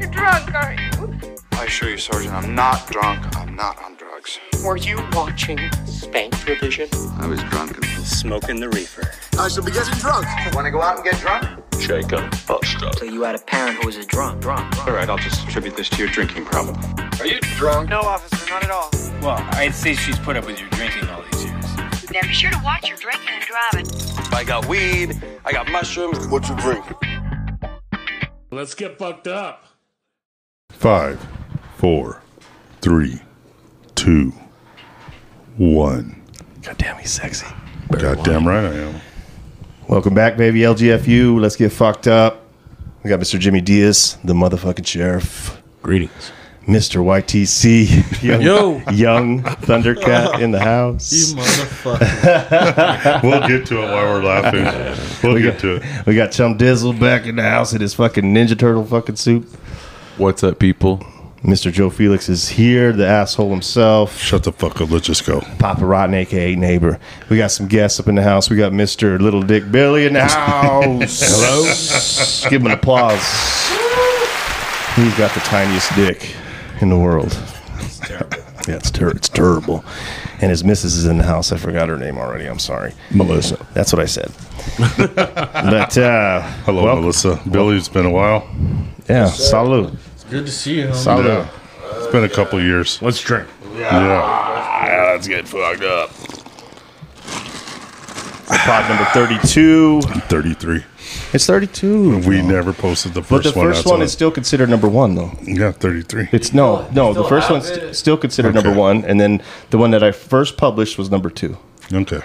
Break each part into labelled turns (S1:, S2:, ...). S1: are you?
S2: I assure you, Sergeant, I'm not drunk. I'm not on drugs.
S1: Were you watching Spank Revision?
S2: I was drunk and
S3: Smoking the reefer.
S4: I should be getting drunk.
S2: want to go out and get drunk.
S5: Shake up, bust up.
S6: So you had a parent who was a drunk, drunk, drunk.
S5: All right, I'll just attribute this to your drinking problem.
S4: Are you drunk?
S7: No, officer, not at all.
S8: Well, I'd say she's put up with your drinking all these years.
S9: Now be sure to watch your drinking and driving.
S5: I got weed. I got mushrooms.
S4: What you drink?
S10: Let's get fucked up.
S11: Five, four, three, two, one.
S12: Goddamn, he's sexy.
S11: Goddamn right I am.
S12: Welcome back, baby. LGFU. Let's get fucked up. We got Mr. Jimmy Diaz, the motherfucking sheriff.
S13: Greetings.
S12: Mr. YTC, young,
S13: Yo.
S12: young Thundercat in the house.
S13: You motherfucker.
S11: we'll get to it while we're laughing. We'll
S12: We
S11: get
S12: got-
S11: to it.
S12: We got Chum Dizzle back in the house in his fucking Ninja Turtle fucking suit.
S14: What's up, people?
S12: Mr. Joe Felix is here, the asshole himself.
S11: Shut the fuck up. Let's just go.
S12: Papa Rotten, aka neighbor. We got some guests up in the house. We got Mr. Little Dick Billy in the house.
S11: Hello.
S12: Give him an applause. He's got the tiniest dick in the world. yeah, it's, ter- it's terrible. And his missus is in the house. I forgot her name already. I'm sorry.
S11: Melissa.
S12: That's what I said. but uh,
S11: hello, Melissa. Billy, it's been a while.
S12: Yeah, salud.
S13: It's good to see you. homie.
S11: Yeah. It's been a couple years.
S12: Let's drink.
S11: Yeah. yeah let's get fucked up.
S12: Pod number 32.
S11: 33.
S12: It's 32.
S11: We never posted the
S12: But
S11: first
S12: the
S11: one.
S12: first
S11: that's
S12: one
S11: on-
S12: is still considered number one, though.
S11: Yeah, 33.
S12: It's no, no. The
S11: still
S12: first
S11: have
S12: one's
S11: it?
S12: st- still considered number
S11: Okay.
S12: one, and then the one that I first published was number two.
S11: Okay.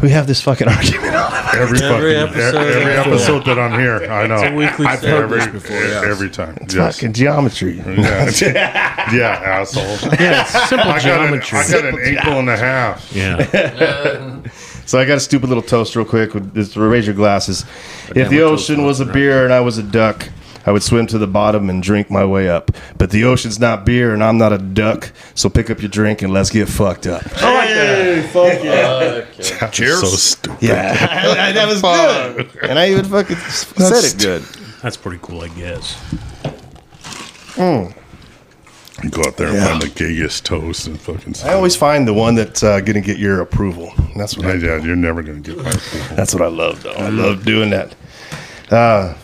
S12: We have this fucking argument. all the
S11: Every,
S12: time.
S11: fucking, episode, every episode that I'm here, I know.
S12: It's a weekly
S11: I've
S12: segment.
S11: every,
S12: Published before, yes.
S11: every time.
S12: It's
S11: yes.
S12: fucking geometry.
S11: Yeah, yeah asshole.
S12: Yeah, it's simple
S11: I got an-
S12: geometry.
S11: I got an ankle and a half.
S12: so I got a stupid little toast real quick. With this, raise your glasses. if the
S11: we're
S12: ocean was a beer and I was a duck, I would swim to the bottom and drink my way up. But the ocean's not beer and I'm not a duck. So pick up your drink and let's get fucked up.
S13: Hey, fuck yeah.
S11: Cheers. So stupid.
S12: Yeah, that was good. And I even fucking said it good.
S13: That's pretty cool, I guess.
S12: Mm.
S11: Go out there and
S12: Yeah.
S11: find the gayest toast and fucking.
S12: I always find the one that's uh, going to get your approval. That's what I,
S11: yeah, you're never going to get my approval.
S12: That's what I love, though. I
S11: Mm-hmm.
S12: love doing that. Uh,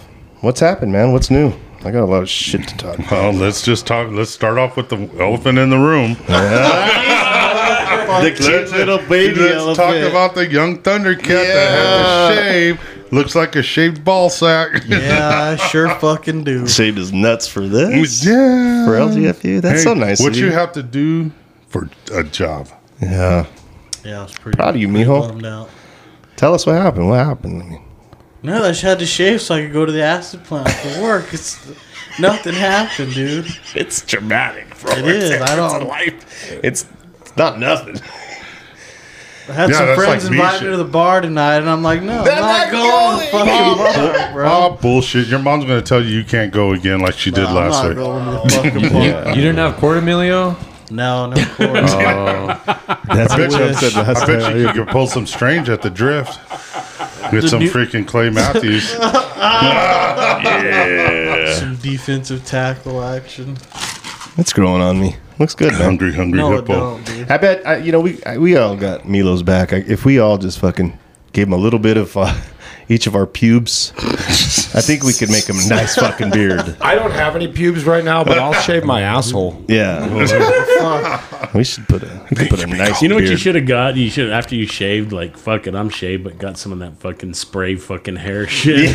S12: what's happened, man? What's new? I got a lot of shit to talk about.
S11: Well, let's just talk. Let's start off with the elephant in the room.
S12: the cute little baby
S11: Let's talk
S12: elephant.
S11: about the young Thundercat that had to shave. Looks like a shaved ball sack.
S13: Yeah, I sure fucking do.
S12: Shaved his nuts for this.
S11: Yeah.
S12: For LGFU. That's
S11: Hey,
S12: so nice.
S11: What
S12: of
S11: you have to do for a job?
S12: Yeah.
S13: Yeah, I was pretty
S12: Proud of you,
S13: pretty
S12: mijo.
S13: bummed out.
S12: Tell us what happened. What happened? I mean,
S13: No, I just had to shave so I could go to the acid plant for work. It's nothing happened, dude.
S12: It's dramatic. Bro.
S13: It is. I don't.
S12: life. It's not nothing.
S13: I had
S12: Yeah,
S13: some
S12: that's
S13: friends
S12: like me
S13: invite me
S12: shit.
S13: to the bar tonight, and I'm like, no,
S12: They're
S13: I'm not
S12: not
S13: going to
S12: going.
S13: fucking bar, bro.
S11: Oh, bullshit. Your mom's going to tell you you can't go again like she did
S13: I'm
S11: last
S13: not
S11: week.
S13: going to the fucking
S14: You,
S13: bar.
S14: you didn't have quarter Emilio?
S13: No, no, of course.
S14: Oh.
S12: That's
S11: I bet, you,
S13: I wish.
S11: I bet you could pull some strange at the drift. Get
S13: The
S11: some
S13: new-
S11: freaking Clay Matthews. yeah.
S13: Some defensive tackle action.
S12: It's growing on me. Looks good, man.
S11: Hungry, hungry
S13: No, it
S11: hippo.
S13: don't, dude.
S12: I bet I, you know we I, we all got Milo's back. I, if we all just fucking gave him a little bit of uh, each of our pubes, I think we could make him a nice fucking beard.
S14: I don't have any pubes right now, but I'll shave my asshole.
S12: Yeah, we should put a we could put a nice.
S10: You know what you
S12: beard.
S10: should have got? You should after you shaved, like fuck it, I'm shaved, but got some of that fucking spray fucking hair shit.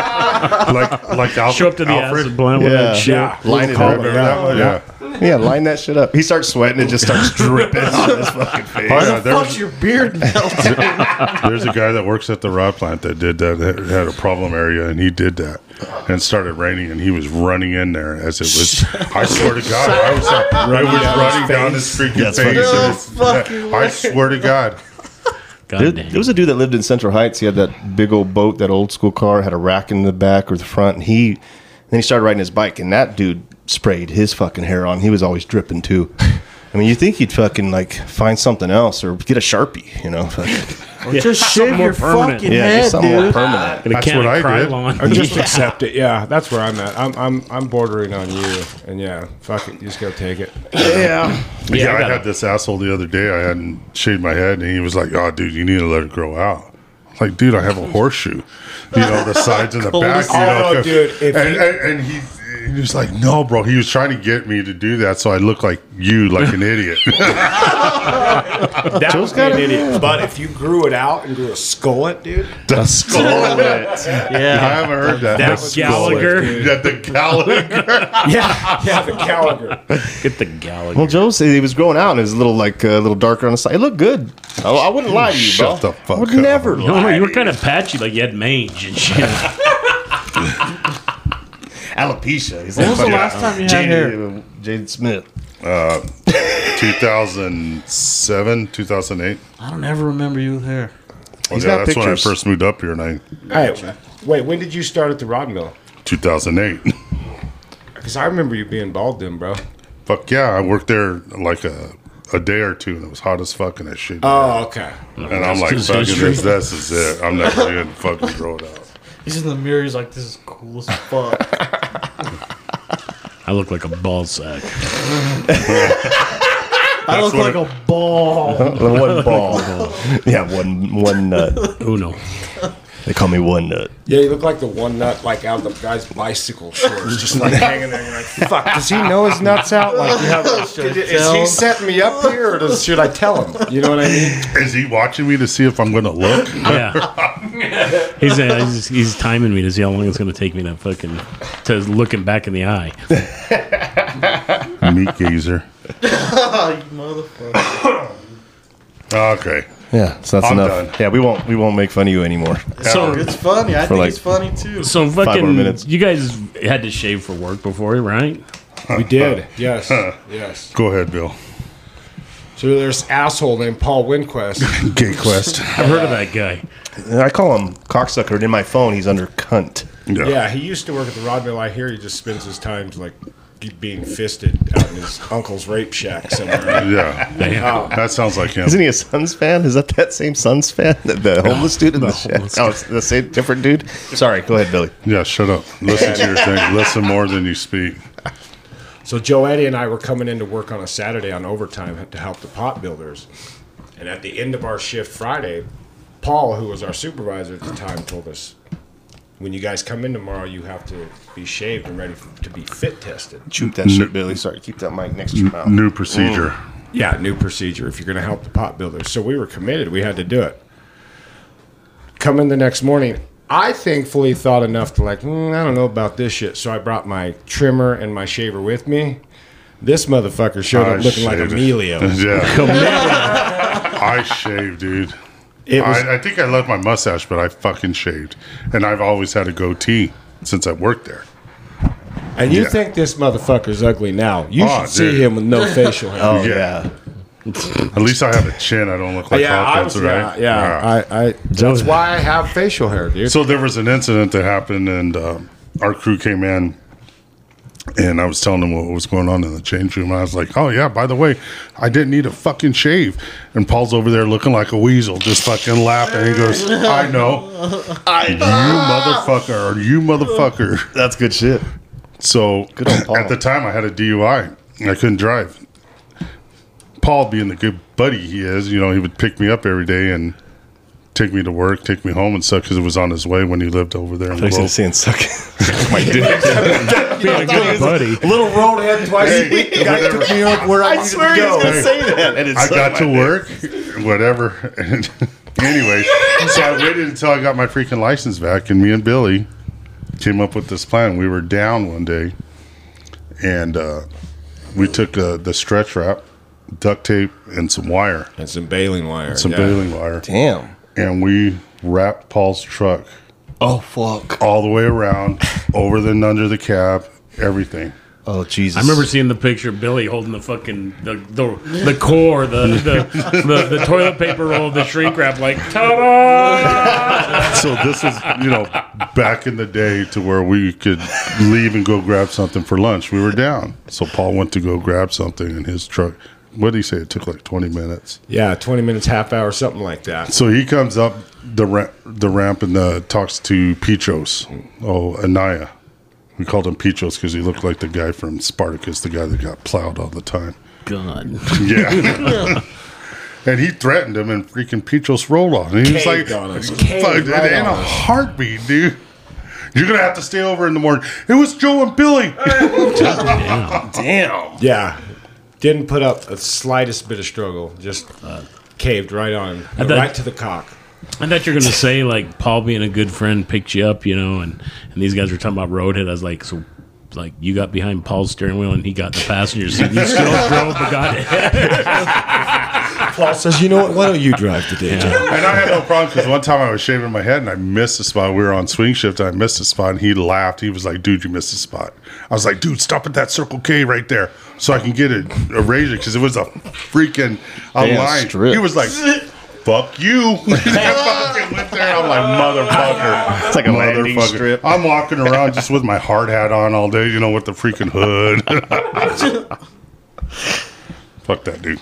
S11: Like, like Alfred.
S10: Show up to the
S11: Alfred.
S10: acid plant with that shit.
S12: yeah. Line it
S11: Yeah,
S12: up.
S11: remember that one? Yeah.
S12: Yeah, line that shit up. He starts sweating. It just starts dripping on his fucking face.
S11: Yeah, there
S13: Fuck
S11: was-
S13: your beard melted.
S11: There's a guy that works at the rod plant that did that. that had a problem area, and he did that, and it started raining, and he was running in there as it was. I swear to God, I was, I was running down his freaking
S12: That's
S11: face.
S12: fucking
S11: and
S13: No
S11: it's-
S13: fucking
S11: I
S13: way.
S11: swear to God,
S10: God
S12: There,
S10: damn.
S12: there was a dude that lived in Central Heights. He had that big old boat, that old school car, had a rack in the back or the front. And he then he started riding his bike, and that dude sprayed his fucking hair on. He was always dripping too. I mean, you think you'd fucking like find something else or get a sharpie, you know? fucking-
S13: Or just shave your fucking
S12: yeah,
S13: head,
S12: just something more
S13: dude.
S12: permanent.
S14: That's what I did. Or just accept it. Yeah, that's where I'm at. I'm I'm I'm bordering on you, and yeah, fuck it, just go take it.
S11: Yeah.
S14: Yeah,
S11: Yeah,
S14: I
S11: I,
S14: got
S11: had this asshole the other day. I hadn't shaved my head, and he was like, "Oh, dude, you need to let it grow out." I was Like, dude, I have a horseshoe. You know, the sides and the
S14: Cold
S11: back.
S14: as
S11: You know,
S14: hell. Oh, dude, if
S11: and,
S14: he-
S11: and, and he, he was like, "No, bro." He was trying to get me to do that, so I look like you, like an idiot.
S14: That
S11: Joe's
S14: was
S11: got
S14: an
S11: it.
S14: idiot. But if you grew it out and grew a skullet, dude,
S11: The skullet.
S14: Yeah.
S11: I haven't heard that.
S14: That was Gallagher.
S11: Skullet. Yeah, the Gallagher.
S14: yeah, yeah, the Gallagher.
S10: Get the Gallagher.
S12: Well, Joe said he was growing out and it was a little like a little darker on the side. It looked good. I, I wouldn't lie to you,
S10: Shut
S12: bro.
S10: the fuck
S12: I would
S10: up.
S12: never
S10: No,
S12: lie.
S10: no, you were kind of patchy, like you had mange and shit.
S12: Alopecia. He's
S10: When was the
S12: fucking-
S10: last time you had
S12: Jaden-
S10: hair?
S12: Jaden Smith.
S11: Uh, 2007, 2008.
S13: I don't ever remember you with hair.
S11: Well, Oh, yeah, that's when I first moved up here, and I
S14: Hey, wait, when did you start at the rod mill?
S11: 2008.
S14: Because I remember you being bald then, bro.
S11: Fuck yeah, I worked there like a, a day or two, and it was hot as fuck, and I shit.
S14: Oh, okay.
S11: And I'm like, fucking this, this is it. I'm never gonna fucking grow it out.
S13: He's in the mirror. He's like, "This is cool as fuck."
S10: I look like a ball sack.
S13: I look like a ball.
S12: one ball. yeah, one one nut.
S10: Uno.
S12: They call me one nut.
S14: Yeah, you look like the one nut like out of the guy's bicycle shorts, just like hanging there. You're like, fuck. Does he know his nuts out? Like, you have,
S13: Should I
S14: is
S13: tell
S14: he
S13: him?
S14: setting me up here, or does, should I tell him? You know what I mean?
S11: Is he watching me to see if I'm gonna look?
S10: Yeah. He's, uh, he's he's timing me to see how long it's going to take me to fucking to look him back in the eye.
S11: Meat gazer. Okay.
S12: Yeah, so that's
S11: I'm
S12: enough. Yeah, we won't we won't make fun of you anymore.
S13: So
S11: Uh,
S13: it's funny. I
S12: For
S13: think
S12: like
S13: it's funny too.
S10: So
S12: Five more
S10: fucking
S12: minutes.
S10: you guys had to shave for work before, right?
S14: We did. Yes. Yes.
S11: Go ahead, Bill.
S14: So there's this asshole named Paul Winquest.
S11: Gay Quest.
S10: I've heard of that guy.
S12: I call him cocksucker, and in my phone he's under cunt.
S14: Yeah. he used to work at the rod mill. I hear he just spends his time like being fisted out in his uncle's rape shack somewhere. Uh,
S11: Yeah.
S14: Damn.
S11: That sounds like him.
S12: Isn't he a Suns fan? Is that that same Suns fan? The, the homeless dude in the, shack?
S11: homeless
S12: Oh, it's the same different dude. Sorry, go ahead, Billy.
S11: Yeah, shut up. Listen to your thing. Listen more than you speak.
S14: So Joe Eddie and I were coming in to work on a Saturday on overtime to help the pot builders. And at the end of our shift Friday, Paul, who was our supervisor at the time, told us, "When you guys come in tomorrow, you have to be shaved and ready f- to be fit tested."
S12: Shoot that shit, Billy. Sorry, keep that mic next to your mouth.
S11: New procedure.
S14: Yeah, new procedure if you're going to help the pot builders. So we were committed. We had to do it. Come in the next morning. I thankfully thought enough to like, "Mm, I don't know about this shit. So I brought my trimmer and my shaver with me. This motherfucker showed
S11: I
S14: up looking like
S11: shaved.
S14: Emilio.
S11: Ah, Yeah. I shaved, dude.
S14: It was-
S11: I, I think I left my mustache, but I fucking shaved, and I've always had a goatee since I worked there.
S14: And you
S11: Yeah.
S14: think this motherfucker's ugly now? You
S11: Oh,
S14: should see
S11: dude.
S14: him with no facial hair.
S12: Oh
S14: yeah,
S12: yeah.
S11: At least I have a chin. I don't look like
S14: yeah, I
S11: Hawkins,
S14: was,
S11: right?
S14: yeah, yeah, I, I, that's why I have facial hair, dude.
S11: So there was an incident that happened, and um, our crew came in, and I was telling them what was going on in the change room. I was like, "Oh yeah, by the way, I didn't need a fucking shave." And Paul's over there looking like a weasel, just fucking laughing. He goes, "I know, you motherfucker, or you motherfucker."
S12: That's good shit.
S11: So
S12: old Paul.
S11: at the time, I had a DUI. and I couldn't drive. Paul, being the good buddy he is, you know, he would pick me up every day and take me to work, take me home and stuff because it was on his way when he lived over there. In
S12: I was
S11: Globe.
S12: gonna say and suck.
S11: my dick.
S10: Being a good buddy.
S14: Little roadhead twice a week. The guy took me up where I, needed to go.
S12: that. And
S11: I got to work, whatever. And anyway, so I waited until I got my freaking license back, and me and Billy came up with this plan. We were down one day, and uh, we took uh, the stretch wrap, duct tape, and some wire,
S14: And some baling wire.
S11: some
S14: yeah.
S11: baling wire,
S12: Damn.
S11: and we wrapped Paul's truck
S12: Oh fuck.
S11: all the way around, over the and under the cab, everything.
S12: Oh Jesus.
S10: I remember seeing the picture of Billy holding the fucking the the, the core, the the, the the toilet paper roll, the shrink wrap, like ta-da!
S11: So this is, you know, back in the day to where we could leave and go grab something for lunch. We were down. So Paul went to go grab something in his truck. what did he say? It took like twenty minutes.
S14: Yeah, twenty minutes, half hour, something like that.
S11: So he comes up the ra- the ramp and uh, talks to Petros. Oh, Anaya. We called him Petros because he looked like the guy from Spartacus, the guy that got plowed all the time.
S3: God.
S11: Yeah. and he threatened him, and freaking Petros rolled on. And he was like,
S14: Caved on us. Caved
S11: "Fuck, dude,
S14: right
S11: in a
S14: on us."
S11: heartbeat, dude. You're gonna have to stay over in the morning." It was Joe and Billy.
S14: Damn. Yeah. Didn't put up the slightest bit of struggle. Just caved right on,
S10: I thought-
S14: right to the cock.
S10: I thought you were gonna say like Paul being a good friend picked you up, you know, and and these guys were talking about roadhead. I was like, so like you got behind Paul's steering wheel and he got in the passenger seat. You still drove the
S14: Paul says, "You know what? Why don't you drive today?"
S11: And I had no problem because one time I was shaving my head and I missed a spot. We were on swing shift and I missed a spot and he laughed. He was like, dude, you missed a spot. I was like, dude, stop at that Circle K right there so I can get it a razor because it was a freaking a
S12: Damn
S11: line.
S12: strip.
S11: He was like, fuck you. fucking went there. I'm like, motherfucker.
S12: It's like a landing
S11: Motherfucker.
S12: strip.
S11: I'm walking around just with my hard hat on all day, you know, with the freaking hood. Fuck that dude.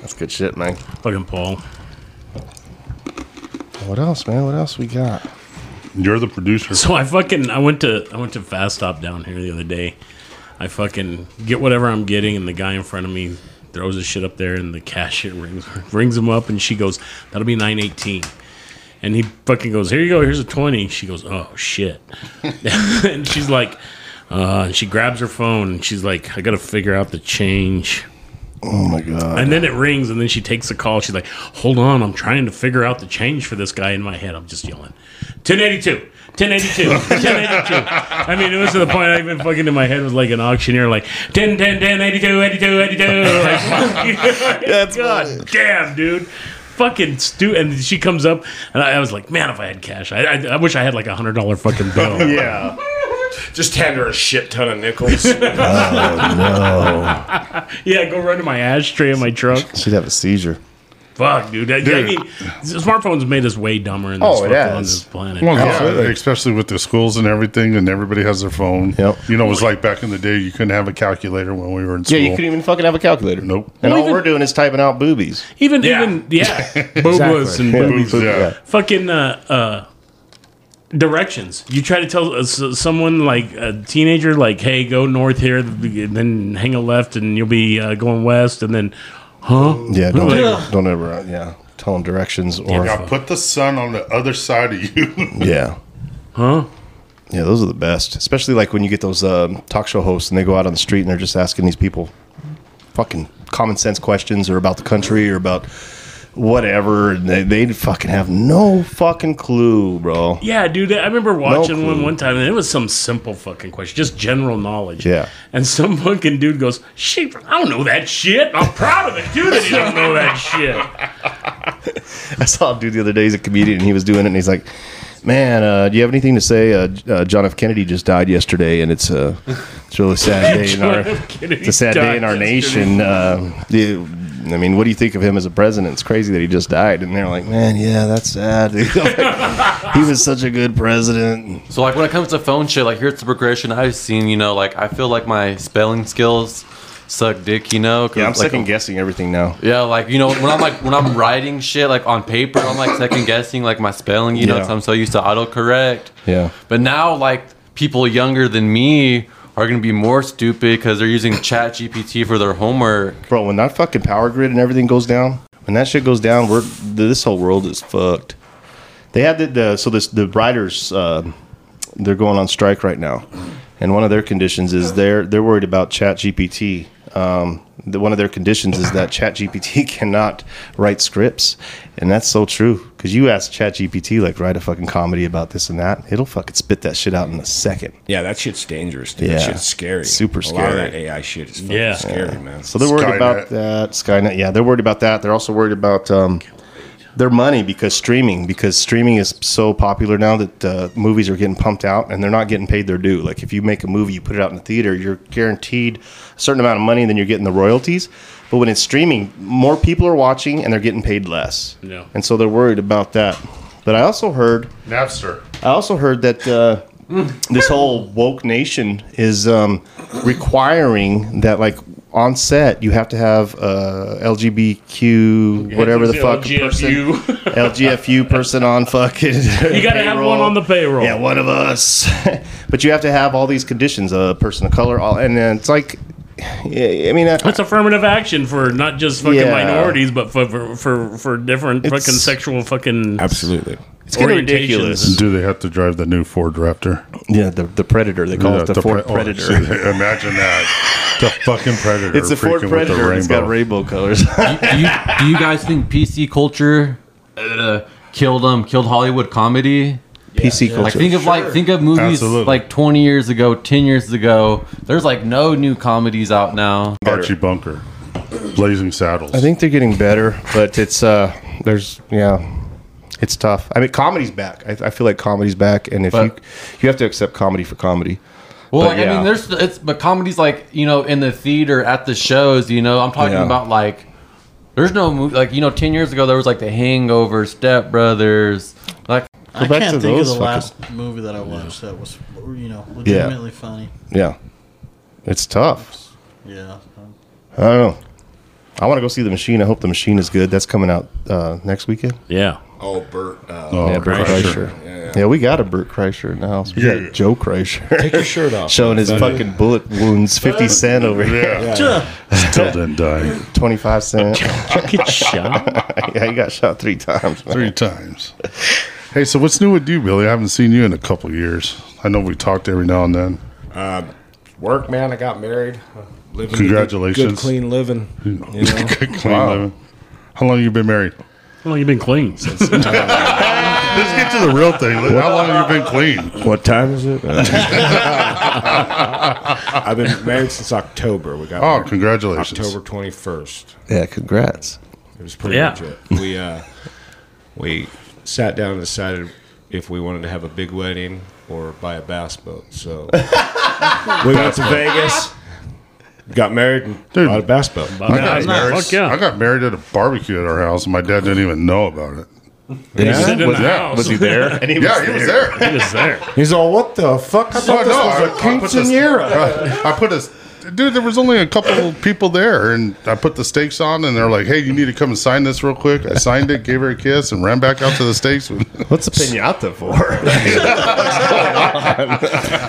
S12: That's good shit, man.
S10: Fucking Paul.
S12: What else, man? What else we got?
S11: You're the producer.
S10: So I fucking I went to I went to Fast Stop down here the other day. I fucking get whatever I'm getting, and the guy in front of me throws his shit up there, and the cashier rings rings him up, and she goes, "That'll be 918." And he fucking goes, "Here you go. Here's a 20." She goes, "Oh shit," and she's like, uh, and she grabs her phone, and she's like, "I gotta figure out the change."
S12: Oh my god!
S10: And then it rings, and then she takes the call. She's like, "Hold on, I'm trying to figure out the change for this guy." In my head, I'm just yelling, "1082." 1082, 1082. I mean, it was to the point I even fucking in my head was like an auctioneer, like 10, 10, 10, 82, 82, 82. Like, fuck you. God damn, dude. Fucking stupid. And she comes up, and I, I was like, man, if I had cash, I, I, I wish I had like a $100 fucking bill.
S11: yeah.
S14: Just hand her a shit ton of nickels.
S12: Oh
S10: Yeah, go run to my ashtray in my truck.
S12: no! She'd have a seizure.
S10: Fuck, dude. I- I
S12: Dude.
S10: mean, the smartphones made us way dumber in this
S12: Oh, it
S10: fucking- on
S12: has.
S10: this planet.
S11: Well, yeah, especially with the schools and everything, and everybody has their phone. Yep. You know, it was like back in the day, you couldn't have a calculator when we were in
S12: Yeah,
S11: school.
S12: you couldn't even fucking have a calculator.
S11: Nope.
S12: And
S10: Well,
S12: all we're doing is typing out boobies.
S10: Even even yeah, boobas and
S12: Yeah,
S10: boobies.
S12: boob- yeah.
S10: Fucking uh, uh, directions. You try to tell uh, s- someone like a teenager, like, "Hey, go north here, then hang a left, and you'll be uh, going west." And then, huh?
S12: Yeah, don't
S10: Like,
S12: ever, don't ever, uh, yeah, tell them directions or
S11: Yeah, put the sun on the other side of you.
S12: yeah,
S10: huh?
S12: Yeah, those are the best. Especially like when you get those um, talk show hosts and they go out on the street and they're just asking these people fucking common sense questions or about the country or about whatever, and they they fucking have no fucking clue, bro.
S10: Yeah, dude. I remember watching one
S12: clue.
S10: one time, and it was some simple fucking question, just general knowledge.
S12: Yeah.
S10: And some fucking dude goes, "Shit, I don't know that shit. I'm proud of it, dude. That you don't know that shit."
S12: I saw a dude the other day. He's a comedian. and He was doing it, and he's like, "Man, uh, do you have anything to say? Uh, J- uh, John F. Kennedy just died yesterday, and it's a it's a really sad day in
S10: John
S12: our
S10: F. Kennedy
S12: it's a sad day in our
S10: died
S12: nation. Uh, you- I mean, what do you think of him as a president? It's crazy that he just died." And they're like, "Man, yeah, that's sad. he was such a good president."
S7: So like when it comes to phone shit, like here's the progression I've seen. You know, like I feel like my spelling skills suck dick. You know, 'cause,
S12: Yeah, I'm
S7: like,
S12: second guessing everything now.
S7: Yeah, like you know, when I'm like when I'm writing shit like on paper, I'm like second guessing like my spelling. You know,
S12: Yeah.
S7: 'cause I'm so used to autocorrect.
S12: Yeah.
S7: But now, like people younger than me are gonna be more stupid because they're using Chat GPT for their homework.
S12: Bro, when that fucking power grid and everything goes down, when that shit goes down, we're this whole world is fucked. They had the, the so this the writers uh, they're going on strike right now, and one of their conditions is they're they're worried about Chat GPT. Um, the, one of their conditions is that Chat GPT cannot write scripts, and that's so true. Because you ask Chat GPT like write a fucking comedy about this and that, it'll fucking spit that shit out in a second.
S14: yeah, that shit's dangerous. Dude. That
S12: Yeah.
S14: shit's scary.
S12: Super
S14: A lot of
S12: scary.
S14: that AI shit is fucking scary, man.
S12: So they're worried about that Skynet. Yeah, they're worried about that. They're also worried about um, their money because streaming because streaming is so popular now that uh, movies are getting pumped out and they're not getting paid their due. Like if you make a movie, you put it out in the theater, you're guaranteed a certain amount of money, and then you're getting the royalties. But when it's streaming, more people are watching and they're getting paid less.
S11: Yeah.
S12: And so they're worried about that. But I also heard
S11: Napster.
S12: I also heard that uh, this whole woke nation is um, requiring that like on set, you have to have uh, LGBTQ,
S10: Yeah,
S12: whatever the
S10: it's
S12: fuck
S10: LGFU.
S12: person, LGFU person on fucking.
S10: You gotta have one on the payroll.
S12: Yeah, one of us. but you have to have all these conditions: a person of color, all, and then it's like, yeah, I mean, uh, I,
S10: That's affirmative action for not just fucking
S12: Yeah.
S10: minorities, but for for for, for different fucking sexual fucking
S11: Absolutely.
S10: It's getting ridiculous.
S11: Do they have to drive the new Ford Raptor?
S12: Yeah, the, the Predator. They call it the Ford Predator.
S11: imagine that. oh, The fucking Predator.
S12: It's a Ford
S11: freaking with
S12: Predator, and it's got rainbow colors.
S7: do, you, do you guys think PC culture uh, killed um killed Hollywood comedy?
S12: PC
S7: Like
S12: culture.
S7: think of like
S12: Sure.
S7: think of movies
S12: Absolutely.
S7: like twenty years ago, ten years ago. There's like no new comedies out now.
S11: Archie Bunker, Blazing Saddles.
S12: I think they're getting better, but it's uh, there's yeah, it's tough. I mean, comedy's back. I, I feel like comedy's back, and if you you have to accept comedy for comedy.
S7: Well,
S12: But
S7: like, I
S12: yeah.
S7: mean, there's it's but comedies like you know in the theater at the shows. You know, I'm talking
S12: Yeah.
S7: about like there's no movie like you know ten years ago there was like The Hangover, Step Brothers. Like
S13: I can't think of the last movie that I watched that was, you know, legitimately funny.
S12: Yeah, it's tough.
S13: Yeah.
S12: I don't know. I want to go see the machine. I hope the machine is good. That's coming out uh, next weekend.
S10: Yeah.
S14: Oh, Bert. Uh,
S12: yeah, Burt Kreischer. Yeah, we got a Burt Kreischer now. We got
S14: Yeah.
S12: Joe Kreischer.
S14: Take your shirt off,
S12: Showing his
S14: buddy.
S12: fucking bullet wounds. 50 Cent over here.
S14: Yeah. Yeah.
S11: Still didn't die.
S12: 25 Cent.
S11: get
S12: shot? yeah, he got shot three times.
S11: Three times. Hey, so what's new with you, Billy? I haven't seen you in a couple years. I know we talked every now and then.
S14: Um, work, man. I got married. Uh, Living the good-
S11: Congratulations.
S14: Good, clean living.
S12: Hmm.
S14: You know?
S11: Good clean living. How long you been married?
S10: How long you been clean? Since Let's
S11: get to the real thing. Look, How long you been clean?
S14: What time is it? I've been married since October. We got
S11: Oh,
S14: married
S11: congratulations.
S14: October twenty first.
S12: Yeah, congrats.
S14: It was pretty
S12: Yeah.
S14: legit. We uh, we sat down and decided if we wanted to have a big wedding or buy a bass boat. So we went to Vegas, got married, and bought a bass boat.
S11: I got, married, I got married at a barbecue at our house, and my dad didn't even know about it.
S14: Did he Yeah? sit in
S11: Was-
S14: the
S11: yeah,
S14: house?
S11: Was he there?
S14: And he
S11: yeah,
S14: was
S11: he was
S14: there.
S11: there.
S10: He was there.
S14: He's all, what the fuck? I thought this was a quinceanera.
S11: I put a dude. There was only a couple people there, and I put the stakes on, and they're like, "Hey, you need to come and sign this real quick." I signed it, gave her a kiss, and ran back out to the stakes.
S12: What's a pinata for?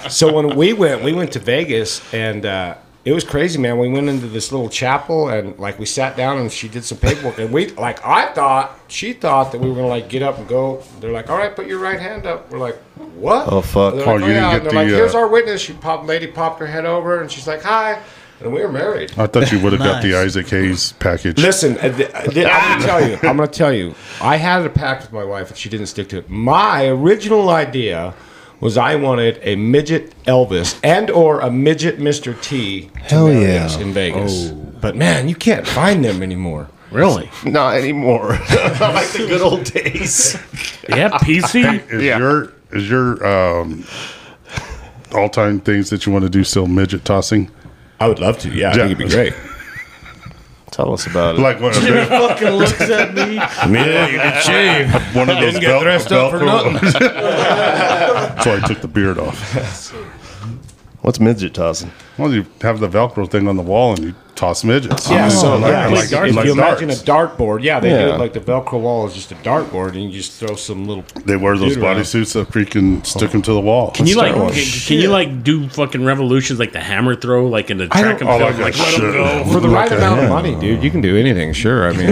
S14: so when we went, we went to Vegas, and uh, it was crazy, man. We went into this little chapel, and like we sat down, and she did some paperwork, and we like I thought she thought that we were gonna like get up and go. They're like, all right, put your right hand up. We're like, what?
S11: Oh, fuck.
S14: They're
S11: Oh,
S14: like,
S11: you didn't
S14: oh, yeah.
S11: get
S14: And they're
S11: the,
S14: like, here's
S11: uh,
S14: our witness. She popped, lady popped her head over, and she's like, hi, and we were married.
S11: I thought you would have got the Isaac Hayes package.
S14: Listen, uh, th- uh, th- I'm gonna tell you. I'm gonna tell you. I had a pact with my wife, and she didn't stick to it. My original idea was I wanted a midget Elvis and or a midget Mr. T. to
S12: Hell
S14: marry
S12: yeah.
S14: us in Vegas.
S12: Oh.
S14: But man, you can't find them anymore.
S10: Really?
S12: Not anymore. Not like the good old days.
S10: Yeah, PC.
S11: Is your is your um, all time things that you want to do still midget tossing?
S14: I would love to. Yeah, I think it'd be great.
S12: Tell us about
S11: it. Like what?
S13: She fucking looks at me.
S11: Yeah, you can shave. One of those
S14: Didn't get
S11: Vel-
S14: dressed up for
S11: Velcro-
S14: nothing.
S11: That's why I took the beard off.
S12: What's midget tossing?
S11: Well, you have the Velcro thing on the wall and you toss midgets.
S14: Yeah, so
S11: Oh,
S14: like, if, if you
S11: darts.
S14: imagine a dartboard, yeah, they do
S11: Yeah.
S14: it like the Velcro wall is just a dartboard, and you just throw some little.
S11: They wear those
S14: dude around.
S11: bodysuits that freaking stick them to the wall.
S10: Can you like can, can you
S11: Shit.
S10: like do fucking revolutions like the hammer throw like in the
S11: I
S10: track and
S11: don't- oh,
S10: field like,
S11: like a
S10: let him
S11: shit.
S10: go
S14: For the right
S10: Like,
S14: amount of
S10: yeah.
S14: money, dude, you can do anything. Sure, I mean,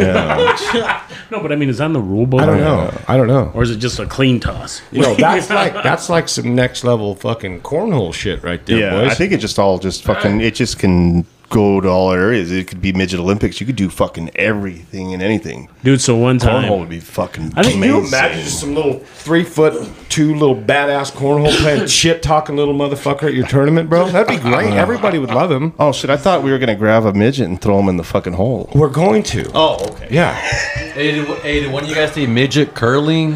S10: no, but I mean, is that in the rule book?
S14: I don't know. I don't know.
S10: Or is it just a clean toss?
S14: You know, that's like that's like some next level fucking cornhole shit right there,
S12: Yeah,
S14: boys.
S12: I think it just all just fucking it just can go to all areas. It could be midget Olympics. You could do fucking everything and anything.
S10: Dude, so one time-
S12: cornhole would be fucking.
S10: I think-
S14: Can you imagine just some little three foot two little badass cornhole playing shit talking little motherfucker at your tournament, bro? That'd be great. Everybody would love him.
S12: Oh shit! I thought we were gonna grab a midget and throw him in the fucking hole.
S14: We're going to.
S7: Oh, okay.
S14: Yeah.
S7: Hey, did, hey, did one of you guys see midget curling?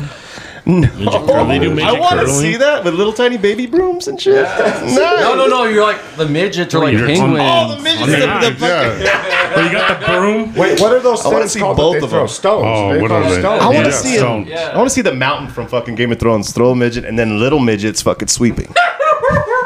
S12: No.
S7: They do
S12: I
S7: midget
S12: want to
S7: curling?
S12: see that with little tiny baby brooms and shit. Nice.
S7: No, no, no. You're like the midgets are like
S12: You're-
S7: penguins.
S12: Oh, the midgets, the- the fucking-
S10: But you got the broom.
S14: Wait, what are those
S12: I want to
S14: things
S12: see
S14: called
S12: both
S14: that they
S12: of them.
S14: throw? Stones.
S11: Oh, They what throw are they? stones.
S12: I want
S11: Yeah,
S12: to see it.
S11: stones.
S12: I want to see the mountain from fucking Game of Thrones throw a midget and then little midgets fucking sweeping.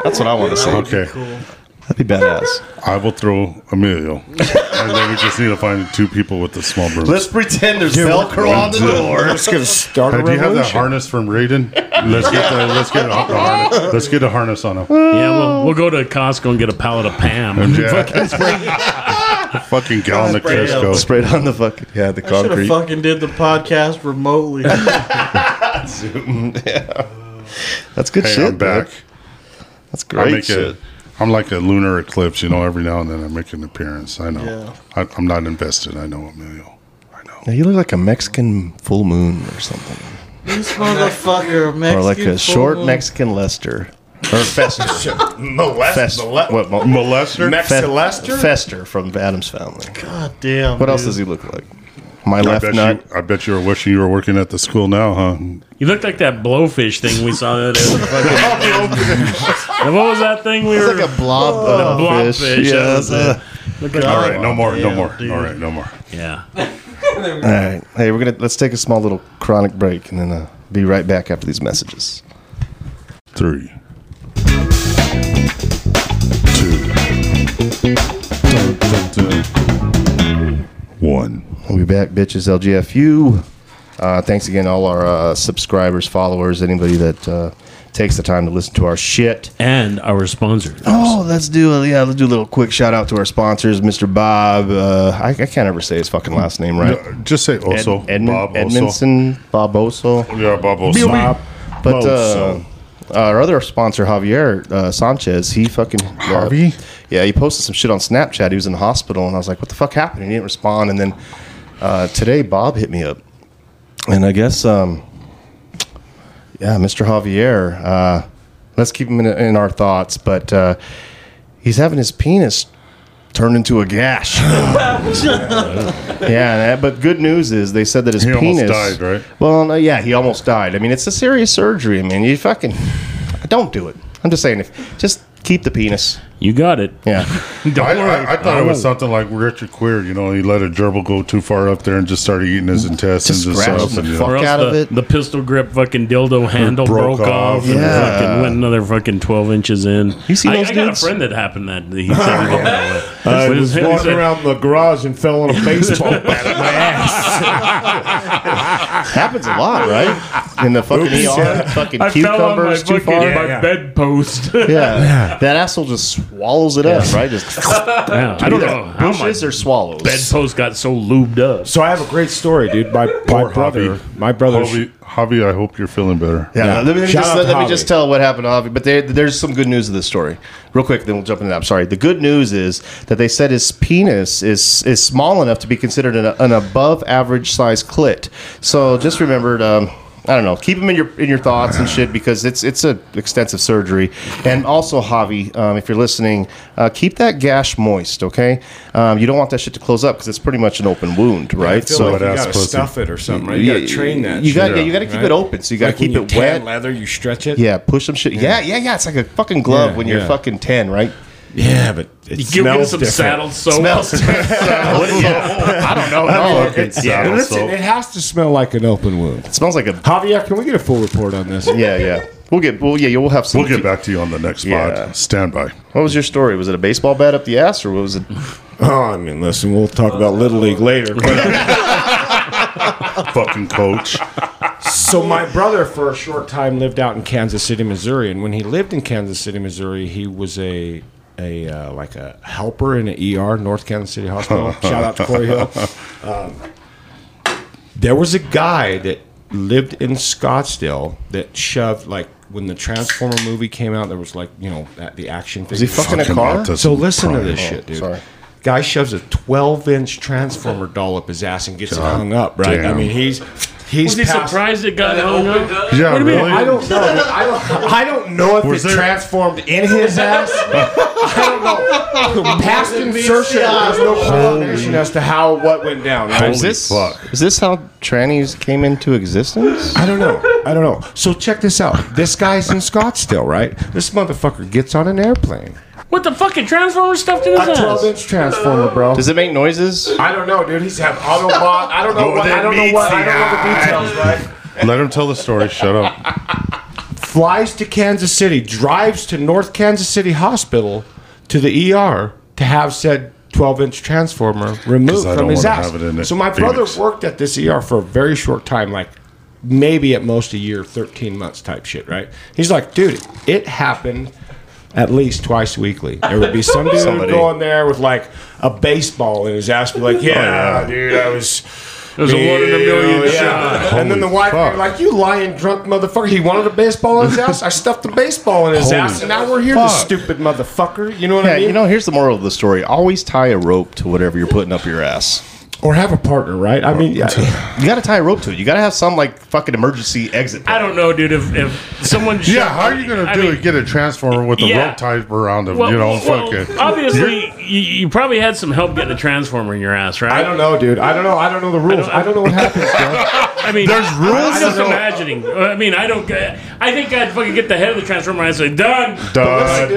S12: That's what I want to see.
S11: Okay.
S12: That'd be badass.
S11: I will throw Emilio. and then we just need to find two people with the small broom.
S12: Let's pretend there's
S11: Yeah, we're-
S12: Velcro on the
S11: we're-
S12: door.
S11: we're just gonna Hey, do you have that harness from Raiden? Let's get the, let's get a, a harness. Let's get a harness on him.
S10: Yeah, we'll, we'll go to Costco and get a pallet of Pam. and
S11: Yeah.
S10: fucking spray-
S11: Fucking gallon of
S13: Spray it
S11: Crisco.
S13: out.
S12: Spray it on the fucking yeah the
S13: I should have
S12: concrete.
S13: fucking did the podcast remotely.
S12: Zoom. Yeah. That's good
S11: Hey,
S12: shit.
S11: I'm back.
S12: dude. That's great
S11: I make
S12: shit.
S11: A, I'm like a lunar eclipse, you know. Every now and then I make an appearance. I know. I, I'm not invested. I know Emilio.
S12: Now you look like a Mexican full moon or something,
S13: this motherfucker, Mexican
S12: or like a
S13: full
S12: short
S13: moon.
S12: Mexican Lester or Fester.
S14: Molest,
S12: Fest-
S14: mole-
S12: what, mo-
S11: molester,
S12: Fe-
S14: Mex-ilester?
S12: Fester from Adam's Family.
S13: God damn.
S12: What else
S13: dude.
S12: does he look like? My
S11: I
S12: left
S11: bet
S12: nut.
S11: You, I bet you were wishing you were working at the school now, huh?
S10: You look like that blowfish thing we saw the other day. with the fucking- And what was that thing we were?
S12: like a blob,
S10: Oh,
S12: blobfish.
S10: blobfish,
S12: Yeah,
S10: that was
S12: that's
S10: it.
S12: a-
S10: Look at
S11: All
S10: that.
S11: right, no more, no
S10: Damn,
S11: more.
S10: dude.
S11: All right, no more.
S10: Yeah.
S12: All right, hey, we're gonna let's take a small little chronic break and then uh, be right back after these messages.
S11: Three. One.
S12: We'll be back, bitches. LGFU. Uh, thanks again, to all our uh, subscribers, followers, anybody that uh, takes the time to listen to our shit.
S10: And our sponsors.
S12: Oh, let's do a, yeah, let's do a little quick shout out to our sponsors, Mr. Bob. Uh, I, I can't ever say his fucking last name right.
S11: No, just say Oso.
S12: Ed, Edmon-
S11: Bob Oso.
S12: Edmondson, Bob Oso.
S11: Yeah, Bob Oso. Bob
S12: But uh,
S11: Oso.
S12: our other sponsor, Javier uh, Sanchez, he fucking uh, yeah, he posted some shit on Snapchat. He was in the hospital, and I was like, "What the fuck happened?" And he didn't respond. And then uh, today, Bob hit me up, and I guess um, yeah, Mr. Javier. Uh, let's keep him in, in our thoughts, but uh, he's having his penis turned into a gash. yeah, that- but good news is they said that his
S11: He almost
S12: penis
S11: died, right?
S12: Well, no, yeah, he almost died. I mean, it's a serious surgery. I mean, you fucking don't do it. I'm just saying, if just keep the penis.
S10: You got it.
S12: Yeah.
S11: I, I, I thought it was something like Richard Queer, you know, he let a gerbil go too far up there and just started eating his intestines and
S12: scratch
S11: stuff.
S12: the
S11: and, you know.
S10: Or else the, The pistol grip fucking dildo handle
S11: broke
S10: broke, off.
S11: off.
S10: and
S11: Yeah.
S10: fucking went another fucking twelve inches in. You
S11: see
S10: I,
S11: those
S10: I got a
S11: dudes?
S10: friend that happened that he said he had it.
S14: I
S10: But
S14: was
S10: his-
S14: walking
S10: his-
S14: around the garage and fell on a baseball bat at my
S12: Happens a lot, right? In the fucking
S10: Oops.
S12: ER,
S10: Yeah.
S12: fucking
S10: I fell on my
S12: cucumbers too
S10: fucking-
S12: far.
S10: my Yeah. bedpost.
S12: yeah. that asshole just swallows it up, right? Just
S10: Yeah, I don't know how my
S12: Bushes or swallows.
S10: bedpost got so lubed up.
S14: So I have a great story, dude. My, my brother, my brother's
S11: Hobby, Hobby, I hope you're feeling better.
S12: Yeah, let me, let me
S14: Shout
S12: just,
S14: out
S12: let,
S14: to
S12: let me
S14: Javi.
S12: just tell what happened to Javi. But there, there's some good news to this story, real quick. Then we'll jump into that. I'm sorry. The good news is that they said his penis is is small enough to be considered an, an above average size clit. So just remember to. Um, I don't know. Keep him in your in your thoughts and shit because it's it's a extensive surgery. And also, Javi, um, if you're listening, uh, keep that gash moist. Okay, um, you don't want that shit to close up because it's pretty much an open wound, right?
S14: I feel like you gotta stuff it or something, right? You gotta train that.
S12: You got
S14: shit
S12: yeah,
S14: up,
S12: you got to keep
S14: right?
S12: it open, so you got to
S14: Like when
S12: keep it
S14: tan
S12: wet.
S14: Leather, you stretch it.
S12: Yeah, push some shit. Yeah, yeah, yeah. It's like a fucking glove
S14: Yeah,
S12: when you're
S14: yeah.
S12: fucking ten, right?
S14: Yeah, but
S10: You
S14: it
S10: give me
S14: smells
S10: some
S14: different.
S10: saddle soap.
S12: Smells different. I don't know. No, it's, yeah,
S14: And listen, it has to smell like an open wound. It
S12: smells like a
S14: Javier. Can we get a full report on this?
S12: yeah, yeah. We'll get. Well, yeah, we'll have some.
S11: We'll get back to you on the next pod. Stand by.
S12: What was your story? Was it a baseball bat up the ass, or what was it?
S14: Oh, I mean, listen, we'll talk about Little League later.
S11: Fucking coach.
S14: so my brother for a short time lived out in Kansas City, Missouri, and when he lived in Kansas City, Missouri, he was a a uh, like a helper in an ER, North Kansas City Hospital. Shout out to Corey Hill. Um, there was a guy that lived in Scottsdale that shoved like when the Transformer movie came out. There was like you know that, the action.
S12: Was he
S14: figures.
S12: fucking a Fucking car? autism
S14: So listen to
S12: prime.
S14: this
S12: Oh,
S14: shit, dude.
S12: sorry.
S14: Guy shoves a 12 inch Transformer doll up his ass and gets it
S11: God
S14: hung up. Right? I
S11: damn.
S14: mean, he's
S10: was
S14: he's
S10: he
S14: passed-
S10: surprised it got hung up?
S11: Yeah,
S14: Wait a minute,
S11: really?
S14: I don't know. I don't, I don't know if
S11: Was
S14: it
S11: there-
S14: transformed in his ass. I don't know. Past insertion, there's no coordination as to how what went down. Right?
S12: is this is this how trannies came into existence?
S14: I don't know. I don't know. So check this out. This guy's in Scottsdale, right? This motherfucker gets on an airplane.
S10: What the fucking transformer stuffed in his
S14: A 12
S10: ass?
S14: inch transformer, bro.
S12: Does it make noises?
S14: I don't know, dude. He's have Autobot. I don't know what. I don't know what. I don't know the details, right?
S11: Let him tell the story. Shut up.
S14: flies to Kansas City, drives to North Kansas City Hospital to the ER to have said 12 inch transformer removed
S11: 'Cause I
S14: from
S11: don't
S14: his
S11: wanna
S14: ass.
S11: have it in
S14: So my brother
S11: Phoenix.
S14: worked at this ER for a very short time, like maybe at most a year, 13 months type shit, right? He's like, dude, it happened at least twice weekly. There would be some dude
S11: Somebody.
S14: going there with like a baseball in his ass, be like,
S11: Oh,
S14: yeah,
S11: yeah.
S14: dude, I was.
S11: It was a one in a million shot.
S14: And then the
S11: Holy
S14: wife, would
S11: fuck.
S14: be like, you lying drunk motherfucker. He wanted a baseball in his ass. I stuffed the baseball in his
S12: Holy
S14: ass. And now we're here,
S12: fuck.
S14: this stupid motherfucker. You know what
S12: yeah,
S14: I mean?
S12: you know, here's the moral of the story: always tie a rope to whatever you're putting up your ass.
S14: Or have a partner, right? I mean, yeah.
S12: you got to tie a rope to it. You got to have some like fucking emergency exit.
S10: I don't know, dude. If, if someone
S11: Yeah, how are you going to
S10: I
S11: do
S10: mean,
S11: it? Get a transformer with a
S10: Yeah.
S11: rope tied around him,
S10: Well,
S11: you know,
S10: well,
S11: fucking.
S10: obviously, you, you probably had some help getting a transformer in your ass, right?
S14: I don't know, dude. I don't know. I don't know the rules. I don't know what happens,
S10: I mean,
S14: There's rules?
S10: I'm just
S14: I don't know.
S10: imagining. I mean, I don't. get- I think I'd fucking get the head of the transformer and I'd say, "Done,
S12: Uh,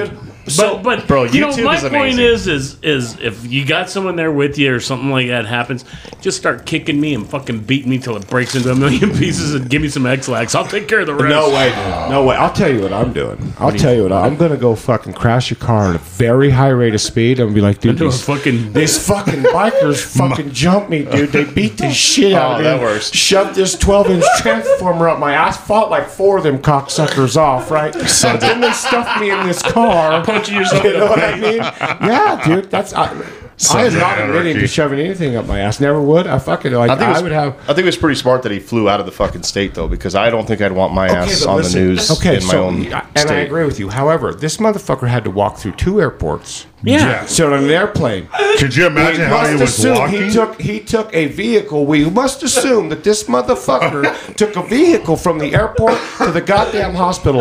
S11: Done.
S10: But, but bro, you know,
S12: YouTube
S10: my
S12: is
S10: point
S12: amazing.
S10: is, is, is if you got someone there with you or something like that happens, just start kicking me and fucking beat me till it breaks into a million pieces and give me some X-Lax. I'll take care of the rest.
S14: No way, dude. No way. I'll tell you what I'm doing. I'll tell you what I'm gonna go fucking crash your car at a very high rate of speed and be like, dude,
S10: Into a
S14: these,
S10: fucking
S14: these fucking bikers fucking jumped me, dude. They beat the shit out of
S12: Oh,
S14: me.
S12: that works.
S14: Shoved this 12 inch transformer up my ass. Fought like four of them cocksuckers off, right? But then they stuffed me in this car.
S10: Punching yourself
S14: You
S10: in
S14: know
S10: the
S14: what I
S10: face.
S14: mean? Yeah, dude. That's I, I am
S11: Sons of
S14: not admitting
S11: anarchy.
S14: to shoving anything up my ass. Never would. I fucking like.
S12: I think it was,
S14: I would have.
S12: I think it was pretty smart that he flew out of the fucking state though, because I don't think I'd want my ass
S14: but
S12: on
S14: listen,
S12: the news
S14: okay,
S12: in my
S14: so-
S12: own
S14: and I
S12: state.
S14: agree with you. However, this motherfucker had to walk through two airports.
S10: Yeah.
S14: sit on an airplane.
S11: Could you imagine how he was
S14: assume
S11: walking?
S14: he took he took a vehicle. We must assume that this motherfucker took a vehicle from the airport to the goddamn hospital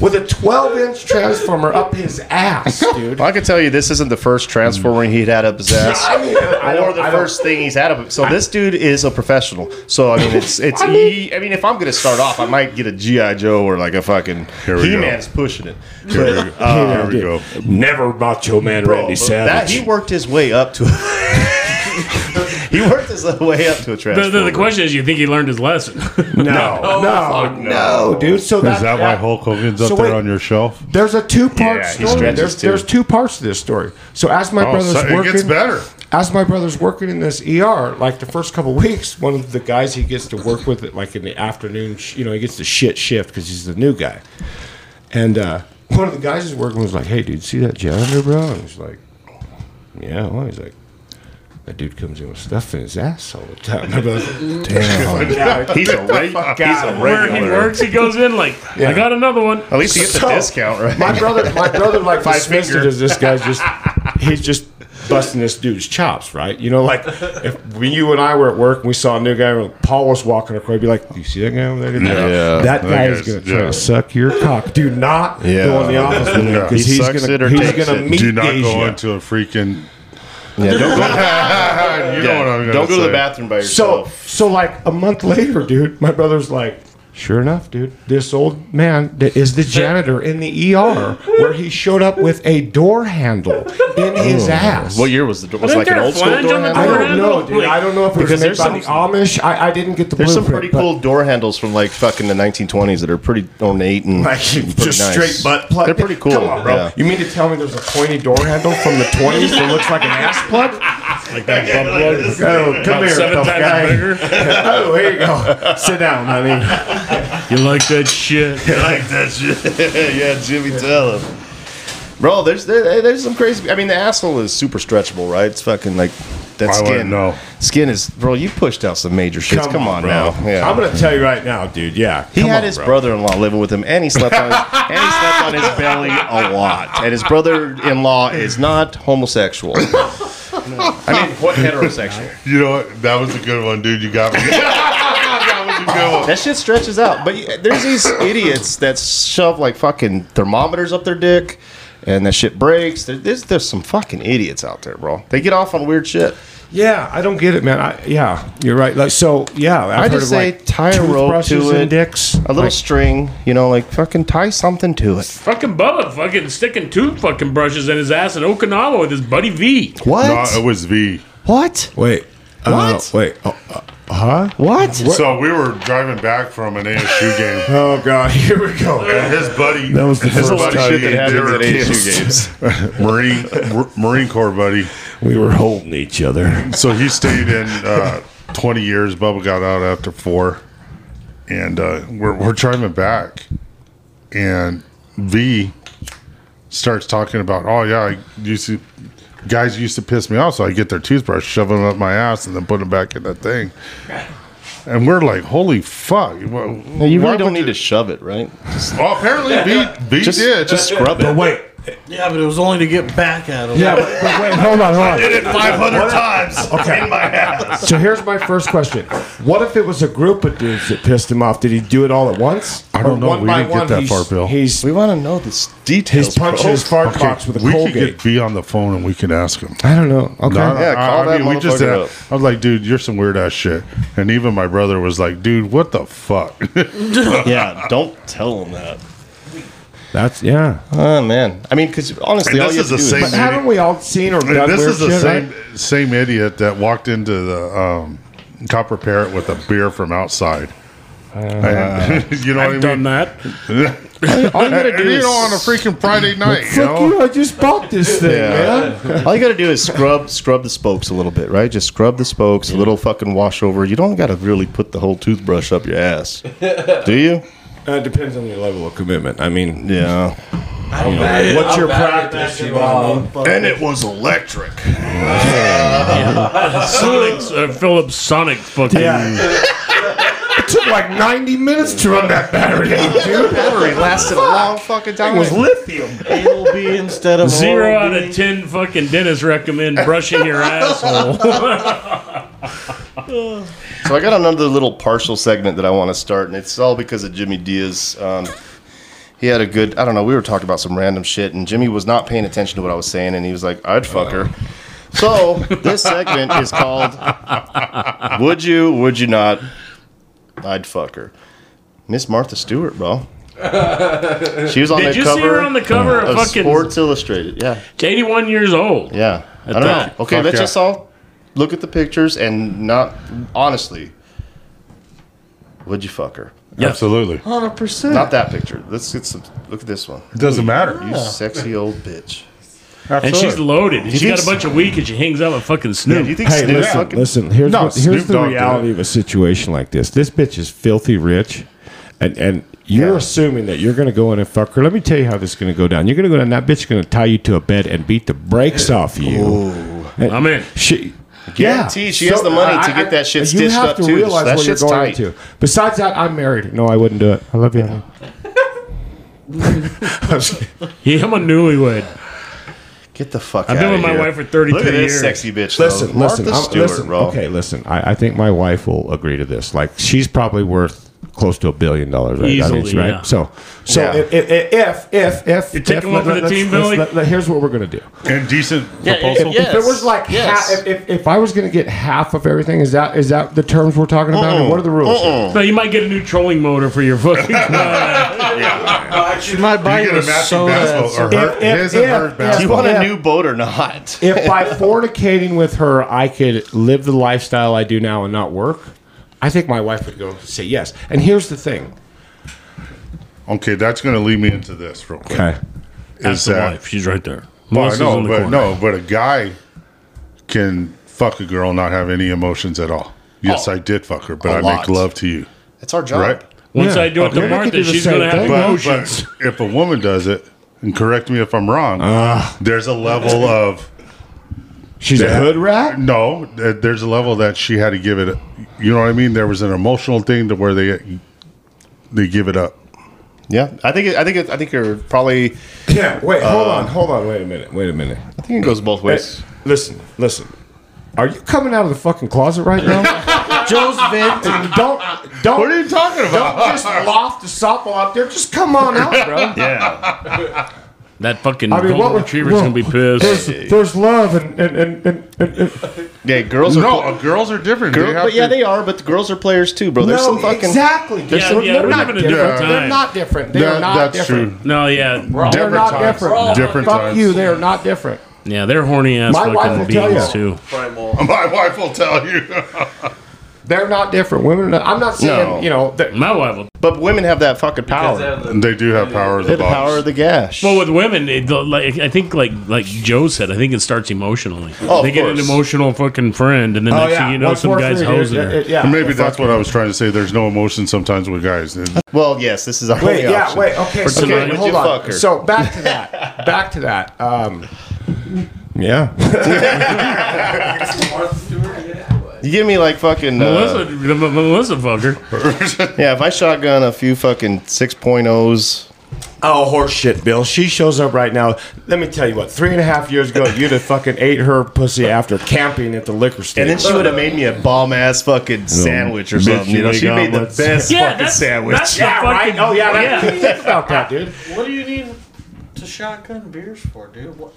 S14: with a 12 inch transformer up his ass, dude.
S12: Well, I can tell you this isn't the first transformer he'd had up his ass,
S14: I mean, I
S12: or
S14: don't-
S12: the
S14: I don't-
S12: first thing he's had up. So this dude is a professional. So I mean, it's it's. I mean, I mean if I'm gonna start off, I might get a GI Joe or like a fucking
S11: Here we go.
S12: He-Man's pushing it.
S11: Here we go. Here we go.
S14: Never macho man
S12: Bro, but that he worked his way up to. he worked his way up to
S10: The,
S12: a transformer.
S10: the, the question is, you think he learned his lesson?
S14: no, no, Oh, no, dude. So
S11: Is
S14: that's
S11: that why Hulk Hogan's up
S14: So
S11: there
S14: wait.
S11: on your shelf?
S14: There's a two part
S12: Yeah, he
S14: story.
S12: stretches
S14: There's,
S12: too.
S14: there's two parts to this story. So as my
S11: Oh,
S14: brother's
S11: so it
S14: working,
S11: gets better.
S14: As my brother's working in this ER, like the first couple weeks, one of the guys he gets to work with, it like in the afternoon, sh- you know, he gets the shit shift because he's the new guy. And uh, one of the guys he's working with was like, "Hey, dude, see that janitor, bro?" And he's like, "Yeah." Well, he's like. That dude comes in with stuff in his ass all the time. My brother's like, Damn.
S12: he's a, reg- he's a
S10: Where he
S12: regular.
S10: works, he goes in like, I got another one.
S12: At least he gets
S14: So-
S12: a discount, right?
S14: My brother, my brother, like
S12: Five
S14: dismissed
S12: finger.
S14: it as this guy's just he's just busting this dude's chops, right? You know, like if we, you and I were at work and we saw a new guy, Paul was walking across, he'd be like, "Do you see that guy over there?
S12: Yeah.
S14: that
S11: That
S14: guy is
S11: guy's-
S14: going to try
S11: yeah.
S14: to suck your cock. Do not
S12: Yeah.
S14: go in the office with him
S11: Yeah.
S14: because
S12: He
S14: he's
S12: sucks it or
S14: going he's
S12: takes
S14: going
S12: it.
S14: to meet
S11: Do not go
S14: Asia.
S11: into a freaking.
S12: yeah, don't go.
S11: you know what I'm gonna
S12: don't go to
S11: say.
S12: the bathroom by
S14: So,
S12: yourself.
S14: so like a month later, dude, my brother's like, sure enough, dude, this old man that is the janitor in the ER where he showed up with a door handle in
S12: Oh.
S14: his ass.
S12: what year was the door? Was it like an
S10: there a
S12: old school
S10: flange
S12: door
S10: on the
S12: handle?
S14: I
S10: door
S14: don't know,
S10: handle?
S14: dude. I don't know if it
S12: Because
S14: was made
S12: there's
S14: by
S12: some-
S14: the Amish. I, I didn't get the
S12: There's some pretty
S14: blueprint, but-
S12: cool door handles from like fucking the 1920s that are pretty ornate and
S14: Like
S12: pretty
S14: just
S12: nice.
S14: straight butt plug.
S12: They're pretty cool.
S14: Come on, bro.
S12: Yeah.
S14: You mean to tell me there's a pointy door handle from the 20s that looks like an ass plug?
S10: Like that bump plug.
S14: Oh, come
S10: About
S14: here,
S10: seven
S14: tough
S10: times
S14: guy.
S10: bigger.
S14: oh, here you go. Sit down, honey.
S10: You like that shit?
S12: like that shit. yeah, Jimmy, tell him. Bro, there's there, there's some crazy. I mean, the asshole is super stretchable, right? It's fucking like that
S11: I wouldn't
S12: skin.
S11: know.
S12: Skin is, bro. You pushed out some major shits. Come, on,
S14: bro.
S12: now. Yeah.
S14: I'm gonna tell you right now, dude. Yeah,
S12: He
S14: Come
S12: had
S14: on,
S12: his
S14: bro.
S12: brother-in-law living with him, and he slept on his, and he slept on his belly a lot. And his brother-in-law is not homosexual. I mean, what heterosexual?
S11: You know what? That was a good one, dude. You got me. that was a good one.
S12: That shit stretches out. But you- there's these idiots that shove like fucking thermometers up their dick, and that shit breaks. There- There's there's some fucking idiots out there, bro. They get off on weird shit.
S14: Yeah, I don't get it, man. I, yeah, you're right. Like so, yeah. I've
S12: I
S14: heard
S12: just
S14: of,
S12: say
S14: like,
S12: tie a rope
S14: toothbrushes
S12: to it,
S14: and dicks.
S12: a little string, you know, like fucking tie something to it.
S10: Fucking Bubba fucking sticking two fucking brushes in his ass in Okinawa with his buddy V.
S12: What?
S11: No, it was V.
S12: what?
S14: Wait.
S12: What?
S14: wait. Oh, uh,
S11: Huh?
S12: What?
S11: So we were driving back from an ASU game.
S14: Oh God, here we go.
S11: And his buddy.
S14: That was the
S11: his
S14: first
S11: buddy,
S14: time
S11: they
S14: it happened
S11: were
S14: at ASU
S11: kids. Marine Mar- Marine Corps buddy.
S14: We were holding each other.
S11: So he stayed in uh, 20 years. Bubba got out after four, and uh, we're we're driving back, and V starts talking about, oh yeah, I used to. Guys used to piss me off, so I get their toothbrush, shove them up my ass, and then put them back in that thing. And we're like, "Holy fuck!"
S12: Now, you really don't need to shove it, right? Just-
S11: Well, apparently, V V
S12: Just-
S11: did.
S12: just scrub it. But wait.
S13: Yeah, but it was only to get back at him.
S15: Yeah, but- but wait, hold on, hold on. What-
S14: Okay.
S15: my ass.
S14: So here's my first question: What if it was a group of dudes that pissed him off? Did he do it all at once?
S11: I don't know. We
S14: by
S11: didn't get that
S14: he's-
S11: far, Bill.
S14: He's
S12: we want to know this
S14: details. oh, He's punching his fart box with a
S11: we
S14: Colgate.
S11: could get V on the phone and we could ask him.
S14: I don't know. Okay.
S12: Yeah, call that
S11: we just
S12: motherfucker
S11: had-
S12: up.
S11: I was like, dude, you're some weird ass shit. And even my brother was like, dude, what the fuck?
S12: yeah, don't tell him that.
S14: That's yeah.
S12: Oh man, I mean, because honestly,
S11: And
S12: all
S11: this
S12: you
S11: is
S12: have
S11: the
S12: to do
S11: same
S12: is-
S14: But haven't we all seen or done
S11: this
S14: weird
S11: is the
S14: shit,
S11: same
S14: right?
S11: same idiot that walked into the um, copper parrot with a beer from outside.
S14: Uh,
S11: And- you know
S10: I've
S11: what I
S10: done
S11: mean?
S10: that.
S11: all you gotta do is- on a freaking Friday night. you know?
S14: I just bought this thing, man.
S12: All you got to do is scrub scrub the spokes a little bit, right? Just scrub the spokes, a little fucking wash over. You don't got to really put the whole toothbrush up your ass, do you?
S14: Uh, it depends on your level of commitment. I mean,
S12: yeah.
S14: You know,
S12: bad-
S14: what's
S12: how
S14: your
S12: bad
S14: practice?
S12: that
S14: You
S12: is,
S14: know?
S12: motherfucker.
S14: And it was electric.
S10: Sonic, uh, Philip Sonic fucking.
S14: It took like 90 minutes to run that battery out, dude.
S12: Battery lasted a long fucking time.
S14: It was lithium.
S13: It'll be instead of
S10: Zero out
S13: oral
S10: of ten fucking dentists recommend brushing your asshole.
S12: So I got another little partial segment that I want to start, and it's all because of Jimmy Diaz. Um, he had a good, I don't know, we were talking about some random shit, and Jimmy was not paying attention to what I was saying, and he was like, I'd fuck her. So this segment is called Would You, Would You Not? I'd fuck her. Miss Martha Stewart, bro. She was on
S10: Did
S12: the
S10: you see
S12: cover
S10: her on the cover of fucking-
S12: Sports Illustrated. Yeah.
S10: 81 years old.
S12: Yeah. I
S10: At
S12: don't
S10: that.
S12: know. Okay,
S10: Fuck
S12: let's
S10: yeah.
S12: just all look at the pictures and not honestly. Would you fuck her?
S11: Absolutely.
S13: 100%.
S12: Not that picture. Let's get some. Look at this one.
S11: It doesn't matter.
S12: You
S11: Yeah.
S12: sexy old bitch.
S10: And she's loaded.
S12: You
S10: She's
S12: think
S10: got a bunch of weed and she hangs out with fucking Snoop.
S14: Hey, listen, listen. Here's,
S10: No,
S14: what, here's
S10: Snoop
S14: the
S10: Dogg did
S14: reality
S10: it.
S14: of a situation like this. This bitch is filthy rich, and and you're assuming that you're going to go in and fuck her. Let me tell you how this is going to go down. You're going to go down. That bitch is going to tie you to a bed and beat the brakes off of you. And
S10: I'm in.
S14: She.
S12: Guaranteed she has the money to get that shit stitched up, too. That shit's tight.
S14: Besides that, I'm married. No, I wouldn't do it. I love you. honey.
S10: yeah, I'm a newlywed.
S12: Get the fuck
S10: I've been
S12: outta
S10: with my
S12: here.
S10: wife for 33
S12: Look at this
S10: years.
S12: sexy bitch.
S14: Listen,
S12: though.
S14: listen,
S12: Martha
S14: I'm-
S12: Stewart,
S14: listen.
S12: bro.
S14: Okay, listen. I, I think my wife will agree to this. Like, she's probably worth close to a billion dollars, right? I
S10: Easily,
S14: right?
S10: yeah.
S14: So, so
S10: Yeah.
S14: if, if, if, if, if,
S10: You're taking
S14: if-
S10: one for the
S14: let's-
S10: team,
S14: let's-
S10: Billy?
S14: let- let- here's what we're gonna do.
S11: And decent
S14: Yeah,
S11: proposal.
S14: If, if it was like
S10: yes.
S14: half, if, if, if I was gonna get half of everything, is that is that the terms we're talking about? And what are the rules?
S12: Uh-uh.
S10: So you might get a new trolling motor for your fucking
S13: She might buy
S11: you
S13: Oh, you a
S11: a matching
S13: soda.
S11: basketball or her- his and her
S12: Do you want a new boat or not?
S14: if by fornicating with her I could live the lifestyle I do now and not work, I think my wife would go say yes. And here's the thing.
S11: Okay, that's going to lead me into this real quick.
S14: Okay.
S10: That's the wife. She's right there.
S11: Well, I
S10: Melissa's
S11: know,
S10: in the
S11: but
S10: corner.
S11: no, but a guy can fuck a girl and not have any emotions at all. Yes,
S14: Oh.
S11: I did fuck her, but
S12: A
S11: I
S12: lot.
S11: make love to you.
S12: It's our job.
S11: Right?
S10: Once I do it to Martha, she's going to have emotions.
S11: But, but if a woman does it, and correct me if I'm wrong,
S12: Uh-huh.
S11: there's a level of.
S14: She's a hood rat?
S11: No, th- there's a level that she had to give it. You know what I mean? There was an emotional thing to where they they give it up.
S12: Yeah, I think it, I think it, I think you're probably.
S14: Yeah. Wait. Hold
S12: Uh,
S14: on. Hold on. Wait a minute. Wait a minute.
S12: I think it goes both ways.
S14: listen. Listen. Are you coming out of the fucking closet right now? Joe's venting. Don't. Don't. What are you talking
S11: about?
S14: Don't just loft the softball out there. Just come on out, bro.
S11: Yeah.
S10: That fucking
S14: I mean, what
S10: golden
S14: would-
S10: retriever's
S14: well,
S10: going to be pissed.
S14: There's, there's love and and and, and, and, and
S12: Yeah, girls are.
S11: No, girls are different.
S12: Girl-
S11: They have
S12: but yeah,
S11: to-
S12: they are. But the girls are players too, bro. There's
S14: No,
S12: some fucking
S14: exactly.
S12: There's
S14: Yeah,
S12: some,
S14: yeah,
S12: they're
S14: we're
S12: not
S14: living in a different
S12: different.
S14: time. They're not different. They are not different.
S10: No, yeah.
S14: They're not different.
S11: Different
S14: Fuck
S11: times.
S14: you. They are not different.
S10: Yeah, they're horny ass
S14: My wife
S10: fucking
S14: will tell
S10: beings,
S14: you.
S10: too.
S11: My wife will tell you.
S14: They're not different. Women. Are not, I'm not saying
S12: No.
S14: you know.
S10: My wife.
S12: But women have that fucking power.
S11: They do have power.
S12: They have the power of the gash.
S10: Well, with women, it, like, I think, like like Joe said, I think it starts emotionally.
S11: Oh, of
S10: they get
S11: course.
S10: an emotional fucking friend, and then
S14: Oh,
S10: next thing you know, some guy's hosing her.
S11: Maybe that's what I was trying to say. There's no emotion sometimes with guys.
S12: Well, yes, this is our
S14: Wait, yeah, wait, okay, so
S11: would
S14: hold
S11: you
S14: on.
S11: fuck her?
S14: So back to that. back to that. Um,
S3: Yeah.
S12: You give me like fucking
S10: Melissa, the M- Melissa fucker.
S12: Uh, yeah, if I shotgun a few fucking 6.0s.
S14: Oh horseshit, Bill. She shows up right now. Let me tell you what. Three and a half years ago, you'd have fucking ate her pussy after camping at the liquor store.
S12: And then she would have made me a bomb ass fucking sandwich or something. You know, she made the best fucking sandwich.
S14: yeah, right. Oh yeah, that,
S13: yeah.
S14: think about that, dude.
S13: What do you need to shotgun beers for, dude? What,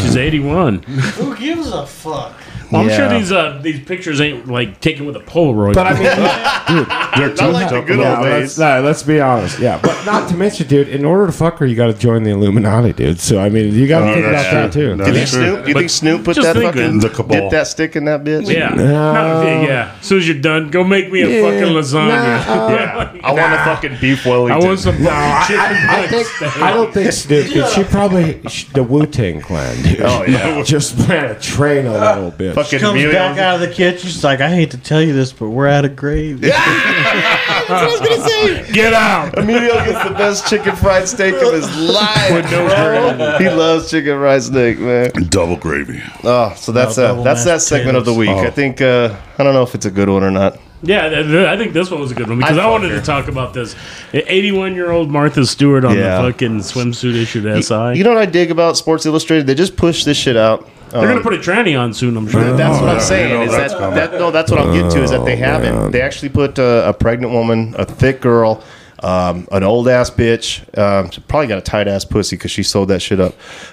S10: She's eighty-one.
S13: who gives a fuck?
S10: Well, I'm sure these uh, these pictures ain't like taken with a Polaroid.
S14: But I mean,
S10: They're too like the good
S14: yeah,
S10: old
S14: let's, nah, let's be honest. Yeah, but not to mention, dude. In order to fuck her, you got to join the Illuminati, dude. So I mean, you got to
S12: Oh,
S14: think
S12: that's
S14: about that
S12: true.
S14: too.
S12: Do you think Snoop? You think Snoop put
S10: just
S12: that
S10: think
S12: fucking
S10: of the cabal.
S12: dip that stick in that bitch?
S10: Yeah. No, yeah, yeah. As soon as you're done, go make me a
S12: Yeah.
S10: fucking lasagna.
S12: Nah.
S10: yeah.
S12: I want a fucking beef Wellington.
S10: I want some.
S12: No,
S14: I-
S10: chicken
S14: I, I
S10: breast.
S14: think, I don't think Snoop. did. She probably she, the Wu Tang Clan. Dude.
S12: Oh, yeah.
S14: just ran a train on that little bitch.
S13: She comes back out of the kitchen. She's like, I hate to tell you this, but we're out of gravy.
S12: That's what I was gonna say.
S10: Get out.
S12: Emilio gets the best chicken fried steak of his life.
S11: With no
S12: bro.
S11: gravy.
S12: He loves chicken fried steak, man.
S11: Double gravy.
S12: Oh, so that's
S10: No,
S12: uh,
S10: double
S12: that's that
S10: mashed
S12: segment of the week.
S10: potatoes. Oh.
S12: I think uh, I don't know if it's a good one or not.
S10: Yeah, th- th- I think this one was a good one because
S12: I
S10: I, wanted
S12: fuck
S10: to talk about this. 81 year old Martha Stewart on
S12: Yeah.
S10: the fucking swimsuit issue to SI.
S12: You know what I dig about Sports Illustrated? They just push this shit out. Um,
S10: They're gonna put a tranny on soon, I'm sure.
S12: uh, That's what I'm saying. is that, that no? That's what I'm getting to. Is that they haven't? They actually put uh, a pregnant woman, a thick girl, um, an old ass bitch. Um, she probably got a tight ass pussy because she sold that shit up.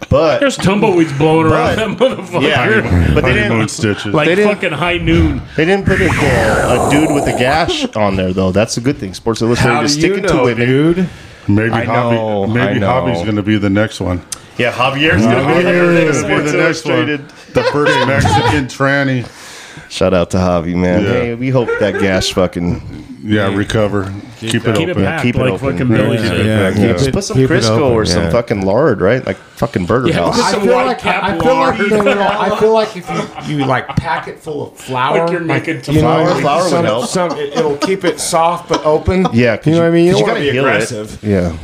S12: But
S10: there's tumbleweeds blowing around that motherfucker.
S12: Yeah, but they didn't
S10: Like
S12: they didn't-
S10: fucking high noon.
S12: They didn't put a, uh, a dude with a gash on there though. That's a good thing. Sports Illustrated is sticking to it.
S14: dude?
S11: Maybe
S12: I
S11: hobby.
S12: know, I
S11: maybe
S12: know.
S11: hobby's going to be the next one.
S12: Yeah, Javier's gonna
S11: Javier
S12: be the
S11: is
S12: next
S11: gonna be
S12: Sports
S11: the next one.
S12: Illustrated.
S11: The first Mexican tranny.
S12: Shout out to Javi, man.
S11: Yeah.
S12: Hey, we hope that gash fucking
S11: yeah recover. Keep, it
S12: keep it
S11: open.
S12: packed, Keep it like open. fucking Billy
S11: Keep
S12: said.
S11: it
S12: Yeah,
S11: packed,
S12: keep
S11: yeah.
S12: it- Just put some keep it Crisco open, or some yeah. fucking lard, right? Like fucking Burger House.
S14: I
S12: Some
S14: feel
S12: white
S14: like
S12: cap
S14: I feel like,
S12: lard.
S14: no, no, no, I feel like if you, you like pack it full of flour,
S12: Like you're naked
S14: you know,
S12: tomorrow. Flour would
S14: some,
S12: help.
S14: some- it, will keep it soft but open.
S12: Yeah, 'cause
S14: you know what I mean. You
S12: 'cause
S14: don't want
S12: gotta
S14: to be
S12: heal it.
S14: aggressive.
S12: Yeah,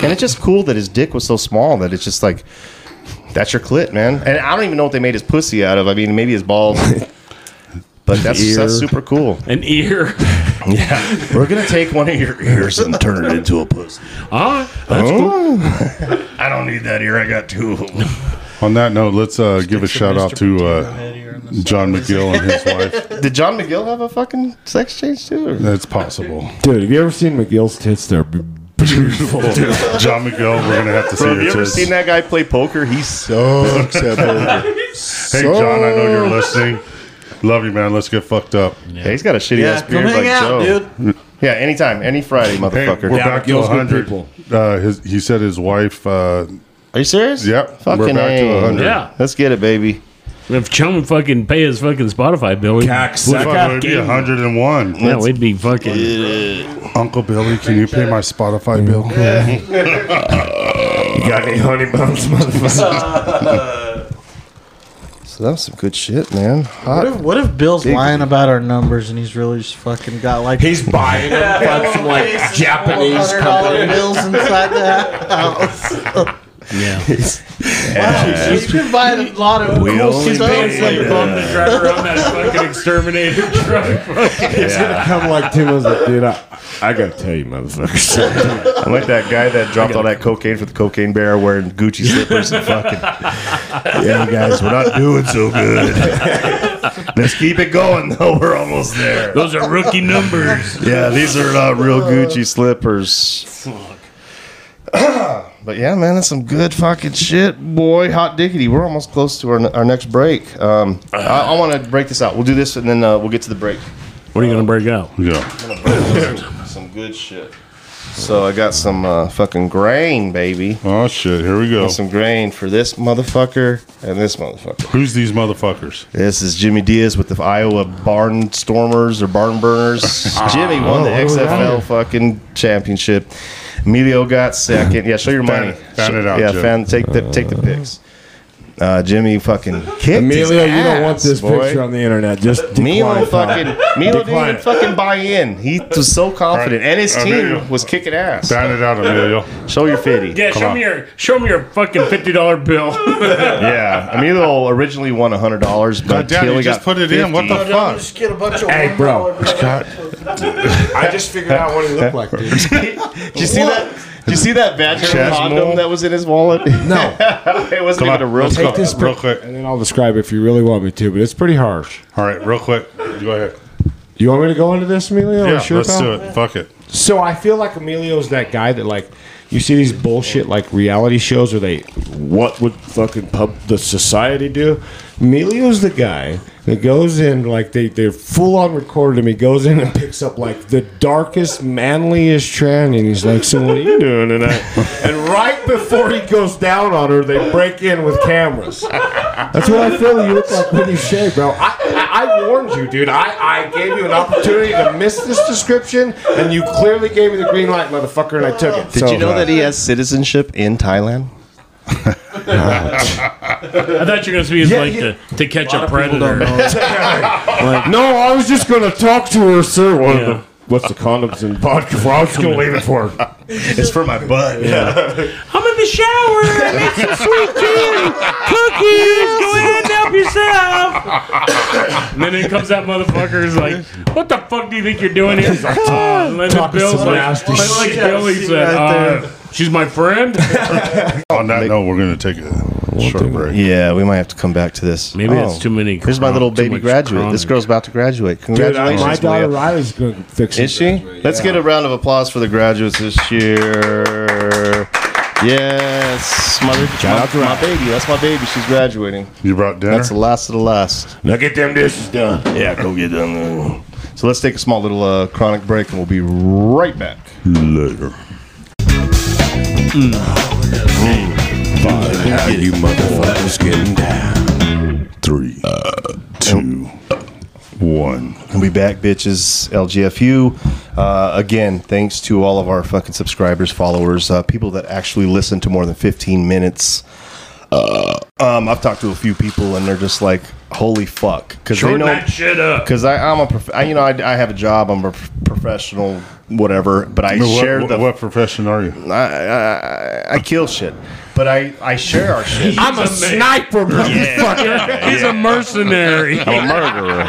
S12: and it's just cool that his dick was so small that it's just like that's your clit, man. And I don't even know what they made his pussy out of. I mean, maybe his balls. But that's,
S10: Ear.
S12: that's super cool.
S10: An ear.
S12: Yeah. We're going to take one of your ears and turn it into a pussy.
S10: Ah,
S11: that's
S12: Oh. cool. I don't need that ear. I got two of them.
S11: On that note, let's uh, give a shout out to uh, John McGill and his wife.
S12: Did John McGill have a fucking sex change too? or-
S11: That's possible.
S3: Dude, have you ever seen McGill's tits? They're b- beautiful. dude.
S11: John McGill, we're gonna have to see Oh,
S12: Bro, have you
S11: your
S12: ever
S11: tits.
S12: seen that guy play poker? He sucks at poker.
S11: Hey John, I know you're listening. Love you, man. Let's get fucked up.
S12: Hey, he's got a shitty ass beard like Joe. Yeah, anytime, any Friday, motherfucker.
S11: Hey, we're back to 100. Uh, his, he said his wife. Uh,
S12: Are you serious?
S11: Yep.
S12: Fucking
S11: we're back to
S12: A.
S11: 100.
S10: Yeah.
S12: Let's get it, baby.
S10: If Chum fucking pay his fucking Spotify bill, we'd,
S11: Fuck, we'd be 101.
S10: Yeah, we'd be fucking.
S11: Uncle Billy, can you pay my Spotify bill?
S14: you got any honey buns, motherfucker?
S12: So that was some good shit, man. Hot.
S13: What if, what if Bill's
S12: Big-
S13: lying about our numbers and he's really just fucking got like he's
S14: buying them from some, like, Japanese company.
S13: bills inside the house.
S10: Yeah.
S13: Wow, he's been buying a lot of
S10: We
S13: cool
S10: only
S13: stuff.
S10: paid
S13: Like,
S10: Bum to drive around that fucking exterminator truck.
S3: It's gonna come like two months. Like, dude, I, I gotta tell you, motherfuckers.
S12: I'm like that guy that dropped all that cocaine for the cocaine bear wearing Gucci slippers and fucking. Yeah, guys, we're not doing so good. Let's keep it going, though. We're almost there.
S10: Those are rookie numbers.
S12: Yeah, these are not real Gucci slippers. but yeah, man, that's some good fucking shit, boy. Hot diggity. We're almost close to our, our next break. Um, I, I want to break this out. We'll do this and then uh, we'll get to the break.
S10: What are you gonna break out?
S11: Yeah.
S12: some good shit. So I got some uh, fucking grain, baby.
S11: Oh shit! Here we go.
S12: Got some grain for this motherfucker and this motherfucker.
S11: Who's these motherfuckers?
S12: This is Jimmy Diaz with the Iowa Barnstormers or Barn Burners. Jimmy won
S11: Oh,
S12: the
S11: what was that?
S12: XFL fucking championship. Emilio got second. Yeah, show your
S11: Fan
S12: money.
S11: it- fan it out,
S12: Yeah,
S11: Jim.
S12: fan, take the take the picks. Uh, Jimmy fucking kicked his
S14: Emilio, you don't want
S12: ass,
S14: this
S12: boy.
S14: picture on the internet. Just
S12: Milo
S14: decline, pal.
S12: fucking Milo didn't
S14: Decline
S12: even
S14: it.
S12: fucking buy in. He was so confident,
S11: Right.
S12: and his team
S11: Emilio.
S12: was kicking ass.
S11: Fan it out, Emilio. Uh,
S12: Show your fifty.
S10: Yeah, show me your show me your fucking fifty dollar bill.
S12: yeah, Emilio originally won hundred dollars, but
S11: damn,
S12: he
S11: you
S12: only
S11: just
S12: got
S11: put it in. What the
S12: 50.
S11: fuck?
S16: Get a bunch of
S12: Hey, bro.
S14: I just figured out what he looked like, dude.
S12: Did you see that? Did you see that vaginal
S14: Chest
S12: condom
S14: mole?
S12: that was in his wallet?
S14: No,
S12: it wasn't even a real
S14: Take
S12: condom.
S14: this pic- and then I'll describe it if you really want me to, but it's pretty harsh.
S11: All right, real quick. Go ahead.
S14: You want me to go into this, Emilio?
S11: Yeah,
S14: Sure,
S11: let's
S14: pal?
S11: do it. Fuck it.
S14: So I feel like Emilio's that guy that like you see these bullshit like reality shows where they what would fucking pub the society do? Emilio's the guy that goes in like they they're full on recorded him. He goes in and picks up like the darkest, manliest trend and he's like, So what are you doing tonight? and right before he goes down on her, they break in with cameras. That's what I feel you look like when you shave, bro. I, I, I warned you, dude. I, I gave you an opportunity to miss this description, and you clearly gave me the green light, motherfucker, and I took it.
S12: Did you know that he has citizenship in Thailand?
S10: I thought you were gonna be
S14: Yeah,
S10: like
S14: yeah.
S10: to, to catch
S14: A lot
S10: a
S14: of people
S10: predator.
S14: don't no, I was just gonna talk to her, sir. One
S10: Yeah.
S14: of the what's the condoms and vodka? For? I was just gonna leave it for her.
S12: It's for my butt.
S10: I'm in the shower. I made some sweet tea, cookies. Go ahead and help yourself. and then in comes that motherfucker. He's like, "What the fuck do you think you're doing here?" Uh, and then
S11: Talking
S10: Bill's
S11: some
S10: like,
S11: nasty
S10: like, like
S11: shit.
S10: Bill, he
S11: Yeah,
S10: said,
S11: right
S10: uh, "She's my friend."
S12: Oh,
S11: On that note, we're gonna take a short break.
S12: Yeah, we might have to come back to this. Oh.
S11: Maybe that's too
S10: many
S12: Here's my
S11: chron-
S12: little
S11: too
S12: baby
S11: much
S12: graduate. This
S11: chronic.
S12: girl's about to graduate.
S14: Dude, I,
S12: Congratulations,
S14: my daughter
S12: Leah.
S14: Riley's gonna fix it.
S12: Is she? Let's get a round of applause for the graduates this year. Yes, my,
S14: Shout
S12: my-
S14: out to
S12: my
S14: Riley.
S12: baby. That's my baby. She's graduating.
S11: You brought dinner.
S12: That's the last of the last.
S14: Now get them dishes done.
S12: Yeah, go get them. done. So let's take a small little uh, chronic break, and we'll be right back.
S11: Later.
S12: Mm. Five, how you motherfuckers getting down? Uh,
S11: Three, two, one.
S12: We'll be back, bitches. LGFU. Uh, again, thanks to all of our fucking subscribers, followers, uh, people that actually listen to more than 15 minutes. Uh, um, I've talked to a few people, and they're just like, "Holy fuck!" Because they
S10: Shorten
S12: know
S10: that shit up.
S12: Because I'm a, prof- I, you know, I, I have a job. I'm a prof- professional, whatever. But I
S11: No, what-
S12: share
S11: what-
S12: the.
S11: What profession are you?
S12: I, I, I kill shit, but I, I share our shit.
S14: I'm a sniper, motherfucker.
S10: He's a mercenary.
S12: I'm a murderer.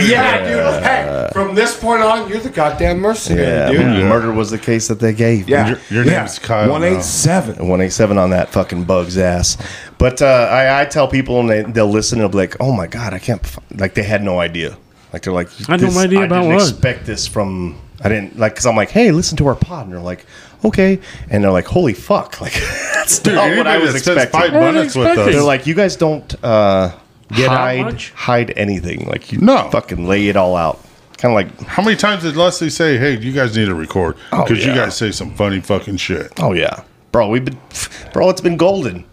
S14: Yeah, dude. Hey, from this point on, you're the goddamn mercenary,
S12: Yeah,
S14: dude.
S12: murder was the case that they gave.
S14: Yeah. Your- your Yeah. name's Kyle now. 187.
S12: One eight seven on that fucking bug's ass. But uh, I, I tell people and they, they'll listen and they'll be like, "Oh my god, I can't." f-" Like they had no idea. Like they're like,
S10: I had no
S12: "This-
S10: idea
S12: I
S10: about
S12: didn't
S10: what."
S12: Expect this from. I didn't like because I'm like, "Hey, listen to our pod," and they're like, "Okay," and they're like, "Holy fuck!" Like that's
S11: Dude,
S12: not what
S11: anybody
S12: I was
S11: that spends
S12: expecting.
S11: five I wasn't minutes with us- expecting.
S12: They're like, "You guys don't uh,
S11: Get out
S12: hide
S11: much?
S12: hide anything. Like you no. fucking lay it all out." Kind of like
S11: how many times did Leslie say, "Hey, you guys need to record because you guys say some funny fucking shit."
S12: Oh yeah, bro, we've been, bro, it's been golden.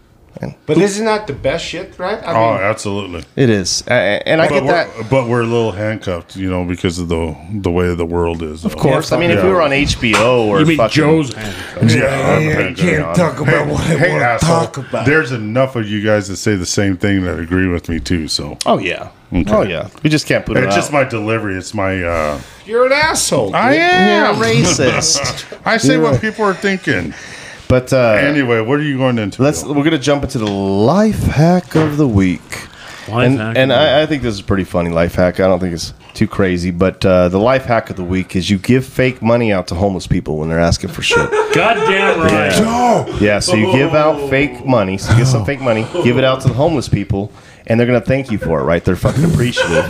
S14: But isn't that the best shit, right? I
S11: oh,
S14: mean,
S11: absolutely.
S12: It is, and I
S11: but
S12: get
S11: we're,
S12: that.
S11: But we're a little handcuffed, you know, because of the the way the world is. Of
S12: course. I mean, if we were on HBO or You mean fucking- Joe's handcuffed.
S11: Yeah,
S12: Yeah,
S11: I'm
S12: you
S11: handcuffed.
S12: can't talk about
S11: Hey,
S12: what I
S11: hey,
S12: wanna
S11: asshole,
S12: talk about.
S11: There's enough of you guys that say the same thing that agree with me too. So.
S12: Oh yeah.
S11: Okay.
S12: Oh yeah. We just can't put it.
S11: It's just
S12: out.
S11: my delivery. It's my. uh
S14: You're an asshole.
S11: I
S14: dude.
S11: am
S12: racist.
S11: I say
S12: You're
S11: what
S12: a-
S11: people are thinking.
S12: But uh,
S11: anyway, what are you going into?
S12: Let's. We're gonna jump into the life hack of the week.
S10: Life
S12: and
S10: hack
S12: and
S10: of
S12: I, I think this is a pretty funny life hack. I don't think it's too crazy, but uh, the life hack of the week is you give fake money out to homeless people when they're asking for shit.
S10: Goddamn right.
S12: Yeah. Yeah, so you give
S10: Oh.
S12: out fake money. So you get some fake money, give it out to the homeless people, and they're gonna thank you for it, right? They're fucking appreciative.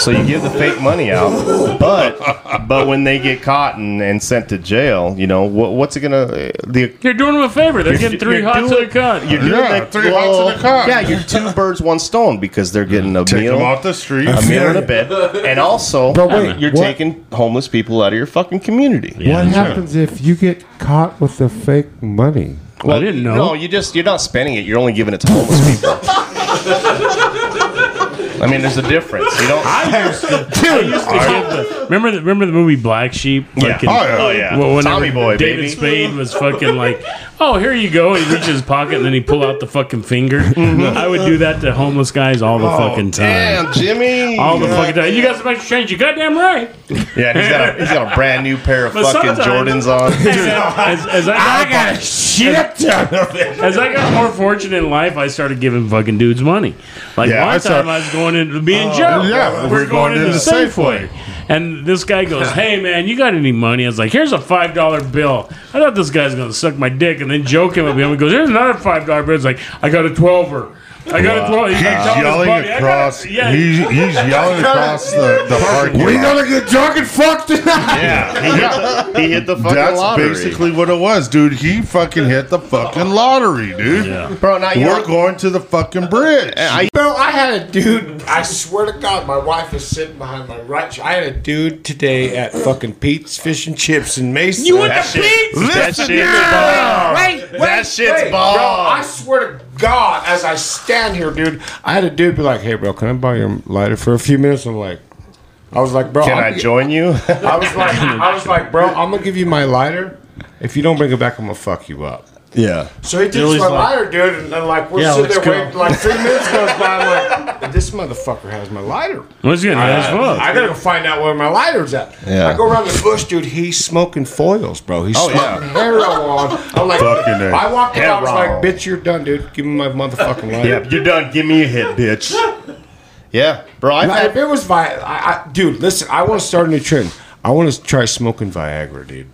S12: so you give the fake money out, but but when they get caught and, and sent to jail, you know what, what's it gonna? The
S10: You're doing them a favor. They're
S12: You're-
S10: getting three
S12: you're
S10: hots in a
S12: doing-
S10: cut.
S12: you're doing that- well, Yeah, you're two birds, one stone because they're getting a
S11: Take
S12: meal
S11: them off the street.
S12: a meal and a bed, and also um,
S11: But wait,
S12: you're
S11: what-
S12: taking homeless people out of your fucking community.
S3: what happens if you get caught with the fake money?
S12: Well, No, you just you're not spending it. You're only giving it to homeless people. I mean, there's a difference. You don't. I used to,
S10: oh, Remember the, remember the movie Black Sheep?
S12: Yeah.
S10: Fucking-
S12: Oh, yeah. Oh, yeah.
S10: whenever
S12: Tommy Boy,
S10: David
S12: baby.
S10: Spade was fucking like, oh, here you go. And he reaches his pocket and then he pull out the fucking finger. I would do that to homeless guys all the fucking time.
S12: Mm-hmm. Oh, Damn, Jimmy.
S10: All the fucking time. You got some extra change. You goddamn right.
S12: Yeah, and he's got a, he's got a brand new pair of
S10: But
S12: fucking
S10: sometimes-
S12: Jordans on.
S10: As, as I got, shit as, as I got more fortunate in life, I started giving fucking dudes money. Like
S11: Yeah, I
S10: one time,
S11: started-
S10: I was going into being
S11: Oh,
S10: Joe.
S11: yeah,
S10: we're,
S11: we're
S10: going,
S11: going
S10: into
S11: into
S10: Safeway. And this guy goes, "Hey man, you got any money?" I was like, "Here's a five dollar bill." I thought this guy's gonna suck my dick, and then Joe came up behind me and goes, "Here's another five dollar bill." It's like, "I got a twelver. I got a
S11: Wow.
S10: twelver.
S11: He's yelling across. He's, he's yelling across the, the parking
S10: We
S11: lot.
S10: gotta get drunk and fucked tonight.
S11: Yeah,
S12: he hit the, he hit the fucking
S11: That's
S12: lottery.
S11: basically what it was, dude. He fucking hit the fucking lottery, dude.
S12: Bro, now you
S11: we're
S12: know-
S11: going to the fucking bridge.
S14: Bro, I had a dude. I swear to God, my wife is sitting behind my right. sh- I had a dude today at fucking Pete's Fish and Chips in Mesa.
S4: You went to That shit- Pete's? that
S14: Listen
S4: shit's
S14: now.
S4: bomb.
S14: Wait, wait,
S4: That shit's
S14: wait.
S4: bomb.
S14: Bro, I swear to God, as I stand here, dude, I had a dude be like, "Hey, bro, can I borrow your lighter for a few minutes?" I'm like, I was like, bro,
S12: Can
S14: I'm-
S12: I join you?
S14: I was like, I was like, bro, I'm gonna give you my lighter. If you don't bring it back, I'm gonna fuck you up.
S12: Yeah.
S14: So he takes
S12: Julie's
S14: my
S12: like-
S14: lighter, dude, and then like we're
S12: Yeah,
S14: sitting there
S12: let's go.
S14: waiting. Like three minutes goes by. I'm like, this motherfucker has my lighter.
S10: What's he gonna
S14: I,
S10: do? That's fucked.
S14: I gotta go find out where my lighter's at.
S12: Yeah.
S14: I go around the bush, dude. He's smoking foils, bro. He's
S12: Oh,
S14: smoking
S12: yeah.
S14: heroin. I'm like,
S12: Fucking A.
S14: I walked up. I was like,
S12: Heroin.
S14: bitch, you're done, dude. Give me my motherfucking lighter.
S12: Yeah, you're done. Give me a hit, bitch. Yeah, bro. I've
S14: Now,
S12: had
S14: if it was Vi, I, I, dude, listen, I want to start a new trend. I want to try smoking Viagra, dude.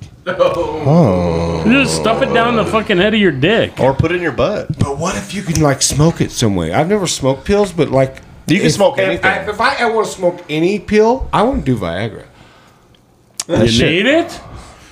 S14: Oh.
S10: You just stuff it down the fucking head of your dick,
S12: or put it in your butt.
S14: But what if you can like smoke it some way? I've never smoked pills, but like
S12: You can
S14: if-
S12: smoke
S14: if-
S12: anything.
S14: If, I, I want to smoke any pill, I want to do Viagra.
S10: You need it?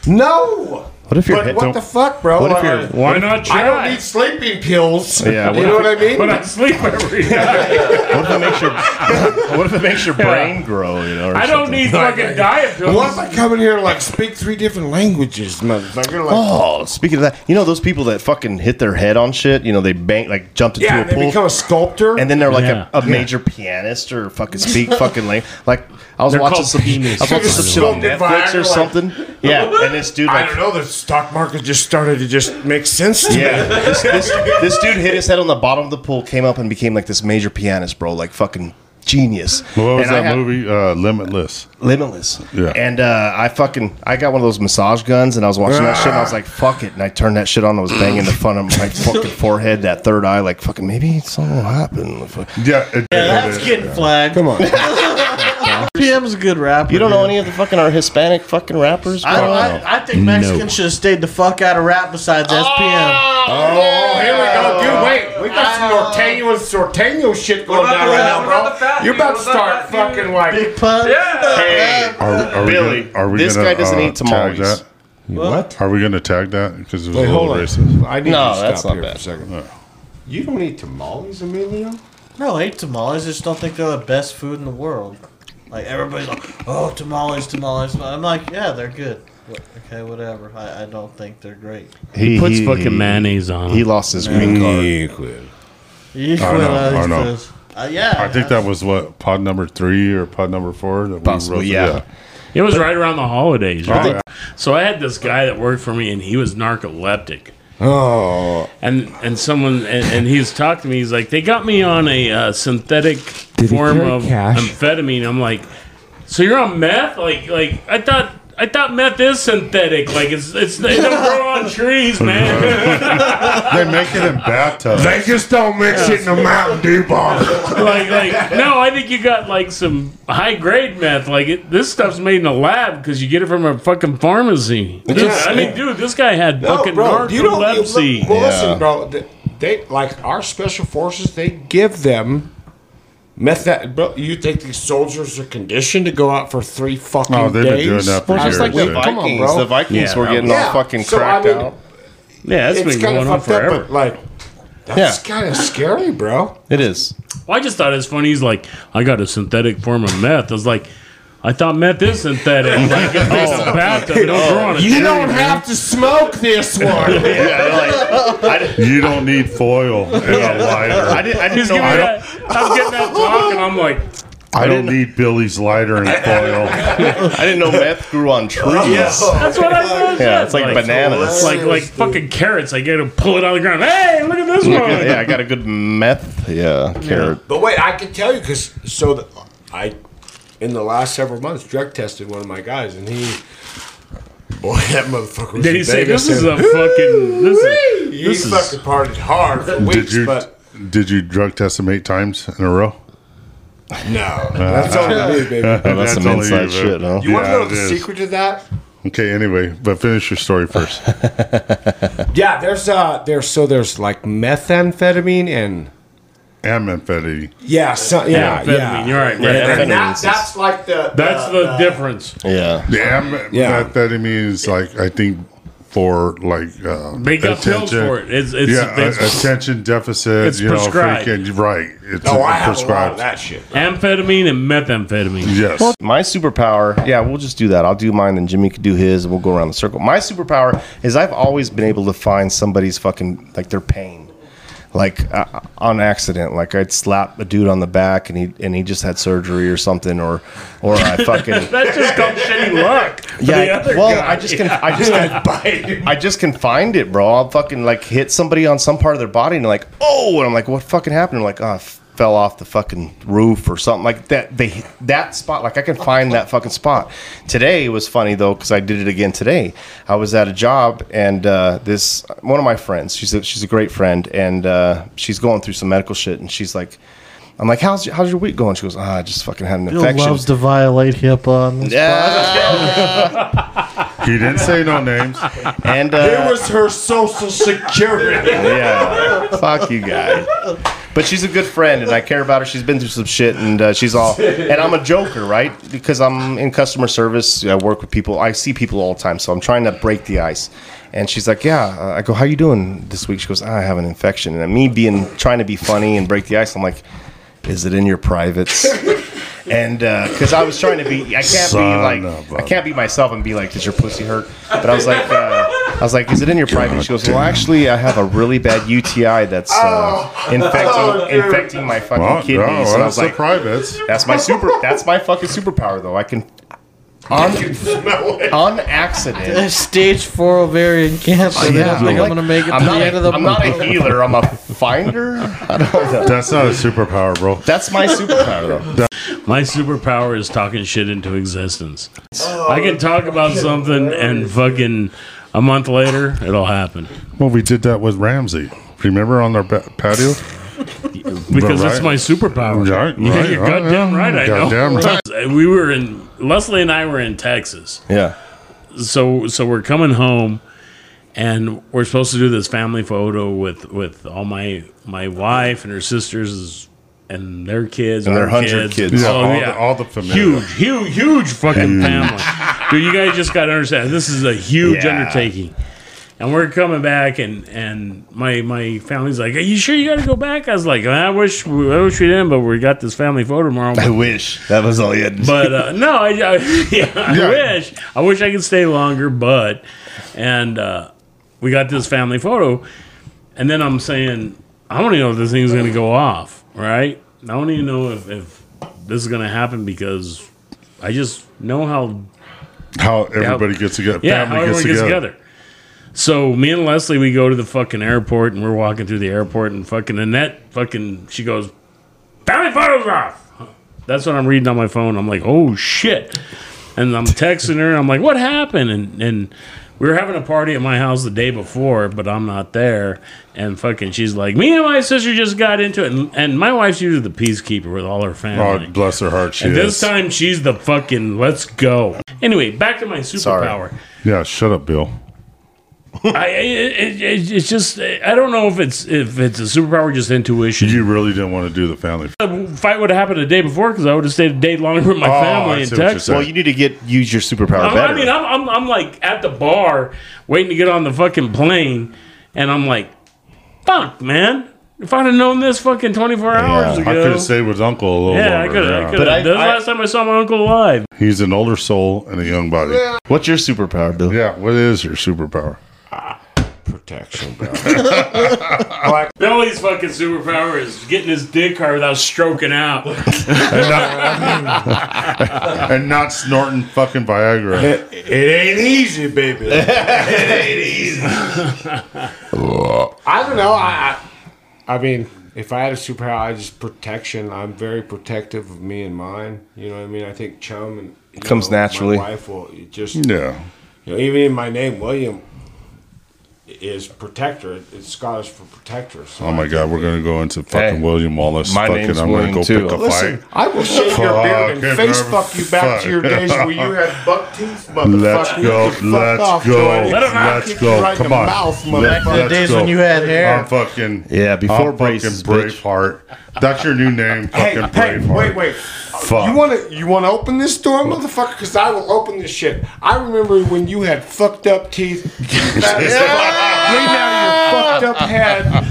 S14: No.
S12: What if your
S14: But
S12: head
S14: what
S12: don't-
S14: the fuck, bro?
S12: what if your-
S14: Like,
S12: why not
S14: I don't
S12: try?
S14: need sleeping pills.
S12: Yeah, what
S14: you know
S12: if-
S14: what I mean.
S10: But I sleep every night.
S12: What if it makes your What if it makes your brain grow? You know, or
S10: I don't
S12: something?
S10: need fucking diet pills.
S14: What if I come in here and like speak three different languages, motherfucker? Like,
S12: Oh, speaking of that, you know those people that fucking hit their head on shit. You know they bang like jumped into
S14: Yeah,
S12: a
S14: and they
S12: pool,
S14: become a sculptor,
S12: and then they're like
S14: Yeah.
S12: a, a
S14: Yeah.
S12: major pianist or fucking speak fucking like like I was
S14: They're
S12: watching
S14: called
S12: some
S14: penis.
S12: I was watching some shit on
S14: Sculpted
S12: Netflix
S14: Viagra,
S12: or
S14: like-
S12: something. yeah, and this dude
S14: I
S12: like
S14: don't know. The stock market just started to just make sense to
S12: Yeah,
S14: me.
S12: this, this, this dude hit his head on the bottom of the pool, came up and became like this major pianist, bro, like fucking genius.
S11: What was
S12: And I
S11: that
S12: had-
S11: movie? Uh, Limitless.
S12: Limitless.
S11: Yeah.
S12: And uh, I fucking I got one of those massage guns, and I was watching that shit, and I was like, "Fuck it!" And I turned that shit on. and I was banging the front of my fucking forehead, that third eye, like fucking maybe something will happen.
S11: Yeah, it,
S13: Yeah, that's getting flagged.
S14: Come on.
S13: PM's a good rapper.
S12: You don't know
S13: dude.
S12: any of the fucking our Hispanic fucking rappers?
S13: I,
S12: bro?
S13: I, I think Mexicans should have stayed the fuck out of rap besides SPM.
S14: Oh, here we go, dude. Wait, we got some Norteño and Sorteño shit going down right now, bro. You're about to start fucking like big
S13: pun.
S14: Yeah.
S11: Are, are
S12: Billy,
S11: we gonna, are we
S12: this
S11: gonna,
S12: guy doesn't
S11: uh,
S12: eat
S11: tag
S12: tamales.
S11: that?
S14: What?
S11: Are we going to tag that? Because it was
S14: Wait,
S11: a little
S14: hold on.
S11: racist.
S14: I need
S12: No,
S14: you to
S12: that's
S14: stop
S12: not
S14: here for a second. You don't eat tamales, Emilio?
S13: No, I hate tamales. I just don't think they're the best food in the world. Like everybody's like, oh, tamales, tamales. But I'm like, yeah, they're good. Wha- Okay, whatever. I, I don't think they're great.
S10: He puts fucking mayonnaise on 'em.
S12: He lost his green card.
S13: You
S11: I
S13: quit,
S11: know,
S13: uh,
S11: I
S13: you
S11: know.
S13: quit. Uh, yeah,
S11: I think that was what pod number three or pod number four. That we
S12: Possibly,
S11: roasted?
S12: yeah.
S10: It was right around the holidays,
S11: Oh,
S10: right?
S11: yeah.
S10: So I had this guy that worked for me, and he was narcoleptic.
S14: Oh,
S10: and and someone and, and he was talking to me. He's like, they got me on a uh, synthetic
S3: Did he
S10: form
S3: carry
S10: of
S3: cash?
S10: amphetamine. I'm like, so you're on meth? Like like I thought. I thought meth is synthetic. Like it's it's they don't grow on trees, man.
S11: they make it in bathtubs.
S14: They just don't mix it in a Mountain Dew bottle.
S10: like like no, I think you got like some high grade meth. Like it, this stuff's made in a lab because you get it from a fucking pharmacy.
S14: Yeah.
S10: This- I mean, dude, this guy had fucking narcolepsy.
S14: look, well, listen, bro. th- They like our special forces. They give them method. Bro, you think these soldiers are conditioned to go out for three fucking
S11: Oh, they've been
S14: days?
S11: doing that for
S14: Well,
S11: years,
S14: just like
S11: dude.
S14: the Vikings.
S12: Vikings,
S14: bro.
S12: the Vikings
S11: Yeah,
S12: were getting
S14: Yeah,
S12: all fucking
S14: so, I
S12: cracked
S14: mean,
S12: out.
S10: Yeah, that's
S14: it's
S10: been
S14: kinda
S10: going on
S14: fucked up,
S10: forever.
S14: but, like, that's kind of scary, bro.
S12: It is.
S10: Well, I just thought it was funny. He's like, I got a synthetic form of meth. I was like, I thought meth is synthetic. Like, it's based on bathtub. It don't grow on a
S3: you
S10: tree,
S3: don't
S10: man.
S3: have to smoke this one.
S11: you don't need foil and a lighter.
S10: I didn't- I didn't
S11: Just
S10: know-
S11: give me
S10: I
S11: that-
S10: I was getting that talk, and I'm like,
S11: I don't need Billy's lighter and foil.
S12: I didn't know meth grew on trees.
S10: that's what I thought.
S12: Yeah, it's like bananas.
S10: It's like like fucking carrots. I got to pull it out of the ground. Hey, look at this
S12: Look
S10: one.
S12: at- yeah, I got a good meth. Yeah, carrot.
S14: But wait, I can tell you because so the, I, in the last several months, drug tested one of my guys, and he, boy, that motherfucker. Was
S10: Did
S14: in
S10: he say
S14: Vegas
S10: this is
S14: and-
S10: a fucking this is
S14: He
S10: this is
S14: fucking partied hard for weeks,
S11: Did you
S14: but
S11: did you drug test him eight times in a row?
S14: no, that's only me, baby.
S12: Oh, that's some
S11: only
S12: inside
S11: baby.
S12: shit, huh?
S14: You want to
S11: Yeah,
S14: know
S11: it
S14: the
S11: is.
S14: secret to that?
S11: Okay, anyway, but finish your story first.
S14: Yeah, there's uh, there's so there's like methamphetamine and
S11: Amphetamine.
S14: yeah, so, yeah,
S11: Amphetamine,
S14: yeah,
S11: you're right,
S14: Yeah,
S11: right,
S14: and
S11: right.
S14: that- that's like the
S10: That's the difference.
S12: Yeah.
S11: The am-
S10: Yeah.
S11: amphetamine is like I think for like uh,
S10: They got pills for it. It's- it's-
S11: yeah, a-
S10: it's-
S11: attention deficit.
S10: it's
S11: you know,
S10: prescribed.
S11: freaking right. It's
S10: Oh,
S11: uh,
S10: I have a lot of
S11: prescribed.
S14: that shit.
S10: amphetamine and methamphetamine.
S11: Yes.
S12: My superpower, yeah, we'll just do that. I'll do mine, and Jimmy could do his, and we'll go around the circle. My superpower is I've always been able to find somebody's fucking like their pain, like uh, on accident. Like I'd slap a dude on the back, and he and he just had surgery or something, or or I fucking
S10: That's just called shitty luck. for the
S12: Yeah,
S10: other
S12: well,
S10: guy.
S12: I just can, I just can, I just can find it, bro. I'll fucking like hit somebody on some part of their body, and they're like, oh, and I'm like, what fucking happened? And like, oh, I f- fell off the fucking roof or something like that. They that spot, like I can find that fucking spot. Today was funny though because I did it again today. I was at a job, and uh, this one of my friends, she's a, she's a great friend, and uh, she's going through some medical shit, and she's like. I'm like, how's your, how's your week going? She goes, ah, I just fucking had an
S13: Bill
S12: infection.
S13: loves to violate HIPAA on this
S11: He didn't say no names.
S12: And
S14: Here
S12: uh,
S14: was her social security.
S12: yeah, fuck you guys. But she's a good friend, and I care about her. She's been through some shit, and uh, she's all. And I'm a joker, right? Because I'm in customer service. I work with people. I see people all the time, so I'm trying to break the ice. And she's like, "Yeah." Uh, I go, "How you doing this week?" She goes, "I have an infection." And me being trying to be funny and break the ice, I'm like, "Is it in your privates?" And because I was trying to be, I can't
S11: Son
S12: be
S11: of
S12: like,
S11: a-
S12: I can't be myself and be like, "Does your pussy hurt?" But I was like, uh, I was like, "Is it in your private?" She goes, "Well, actually, I have a really bad UTI that's uh,
S11: Oh.
S12: infecting infecting my fucking
S11: Well,
S12: kidneys."
S11: Oh, no,
S12: and I
S11: that's
S12: was
S11: the
S12: like,
S11: privates.
S12: "That's my super. That's my fucking superpower, though. I can." On, on accident.
S13: Stage four ovarian cancer.
S12: Oh,
S13: they
S12: yeah.
S13: don't think
S12: I'm
S13: I'm gonna make it
S12: I'm
S13: to
S12: not
S13: the
S12: a-
S13: end of the
S12: I'm not a
S13: month.
S12: healer. I'm a finder. I don't know.
S11: That's not a superpower, bro.
S12: That's my superpower,
S11: though.
S10: My superpower is talking shit into existence.
S11: Oh,
S10: I can talk about something and fucking a month later it'll happen
S11: Well, we did that with Ramsey. Remember on our ba- patio?
S10: because
S11: Right.
S10: that's my superpower.
S11: Right,
S10: Yeah,
S11: right,
S10: you're
S11: right,
S10: goddamn
S11: yeah.
S10: right. I
S11: Goddamn
S10: know.
S11: right.
S10: We were in Leslie and I were in Texas.
S12: Yeah.
S10: so so we're coming home and we're supposed to do this family photo with with all my my wife and her sisters and their kids
S11: And their
S10: our
S11: 100 kids. Yeah,
S10: oh,
S11: all
S10: yeah.
S11: the- all the familiar.
S10: huge huge huge fucking family dude you guys just got to understand this is a huge
S11: Yeah.
S10: undertaking and we're coming back and and my my family's like are you sure you got to go back i was like i wish we, i wish we didn't but we got this family photo tomorrow
S12: I wish that was all you had. to
S10: but
S12: do.
S10: uh, no, I, I, yeah, I wish I wish I could stay longer, but and uh, we got this family photo, and then I'm saying I don't even know if this thing's going to go off, right? I don't even know if, if this is going to happen because I just know how
S11: How everybody gets together.
S10: yeah, how
S11: family
S10: everyone
S11: gets together.
S10: So me and Leslie, we go to the fucking airport, and we're walking through the airport, and fucking Annette, fucking, she goes, "Family photos off." That's what I'm reading on my phone. I'm like, "Oh shit!" And I'm texting her, and I'm like, "What happened?" And and we were having a party at my house the day before, but I'm not there. And fucking, she's like, "Me and my sister just got into it," and, and my wife's usually the peacekeeper with all her family.
S11: Oh, bless her heart. She
S10: and
S11: is.
S10: this time, she's the fucking let's go. Anyway, back to my superpower.
S11: yeah, shut up, Bill.
S10: I, it, it, it's just I don't know if it's if it's a superpower, just intuition.
S11: You really didn't want to do the family.
S10: The fight would have happened a day before because I would have stayed a day longer with my
S11: Oh, I
S10: family in
S11: see what you're
S10: Texas.
S11: saying.
S12: well, you need to get use your superpower
S10: I'm-
S12: better.
S10: I mean, I'm, I'm I'm like at the bar waiting to get on the fucking plane, and I'm like, fuck, man. If I'd have known this fucking 24 hours
S11: I
S10: ago.
S11: could have stayed with Uncle a little
S10: Yeah, I
S11: longer.
S10: coulda- I coulda. But I- That's the I- last time I saw my Uncle alive.
S11: He's an older soul and a young body.
S12: What's your superpower, Bill?
S11: Yeah, what is your superpower?
S14: Protection, bro.
S10: Billy's fucking superpower is getting his dick hard without stroking out.
S11: and not snorting fucking Viagra.
S14: It, ain't easy, baby. it
S11: ain't
S14: easy. I don't know. I, I, I mean, if I had a superpower, I just protection. I'm very protective of me and mine. You know what I mean? I think chum and you
S12: Comes
S14: know,
S12: naturally.
S14: My wife will it just
S11: Yeah.
S14: You know, even in my name, William is protector. It's Scottish for protector. So
S11: Oh my God, we're gonna go into fucking William Wallace.
S14: my
S11: fucking,
S14: name's
S11: I'm
S14: William
S11: gonna go
S14: too.
S11: pick a
S14: Listen,
S11: fight.
S14: I will shave your beard and
S11: Fucking
S14: face
S11: never-
S14: fuck you back to your
S11: fuck.
S14: days where you had buck teeth, motherfucker.
S11: Let's
S14: You
S11: go,
S14: can fuck
S11: let's
S14: off,
S11: go,
S14: Joey.
S11: let's
S14: kick you
S11: go.
S14: right in
S11: Come
S14: the
S11: on.
S14: mouth,
S11: Let-
S14: motherfucker.
S11: let's go. I'm fucking
S12: Yeah, before
S11: I'm
S12: Brace,
S11: fucking Braveheart. That's your new name,
S14: Hey,
S11: fucking
S14: hey,
S11: Braveheart.
S14: wait, wait.
S11: Fuck.
S14: You want to you want to open this door, motherfucker? Because I will open this shit. I remember when you had fucked up teeth, fat as fuck, green out of your fucked up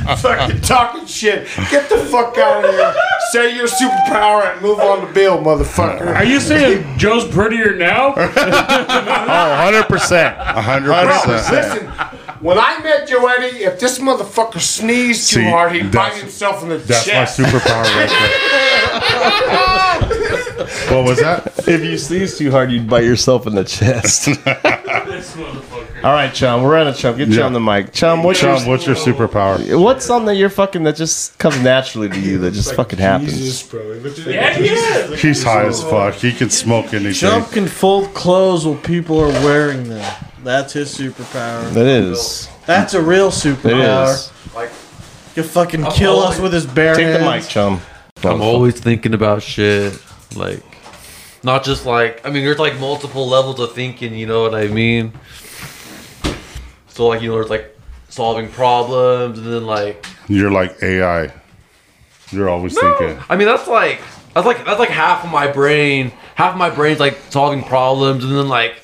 S14: head, fucking talking shit. Get the fuck out of here. Say your superpower and move on to Bill, motherfucker.
S10: Are you saying Joe's prettier now?
S11: oh, 100%. 100%.
S14: Listen, when I met Joetti, if this motherfucker sneezed too
S11: See,
S14: hard, he'd bite
S11: that's-
S14: himself in the
S11: That's
S14: chest.
S11: my superpower right there. What was that?
S12: If you sneeze too hard, you'd bite yourself in the chest. All right, Chum, we're out of Chum. Get
S11: Yeah.
S12: Chum the mic. Chum, what's
S11: Chum,
S12: your
S11: what's your superpower?
S12: What's something that you're fucking that just comes naturally to you that just fucking happens?
S10: Yeah, he is.
S11: He's high as fuck. He can smoke anything.
S13: Jump can fold clothes while people are wearing them. That's his superpower.
S12: That is.
S13: That's a real superpower.
S12: It is.
S13: Like, you fucking kill us with his bare
S12: Take the
S13: hands.
S12: mic, Chum.
S7: I'm always thinking about shit. Like, not just like, I mean, there's like multiple levels of thinking, you know what I mean? So, like, you know, there's like solving problems and then like,
S11: You're like AI. You're always thinking.
S7: I mean, that's like, that's like, that's like half of my brain. Half of my brain's like solving problems and then like,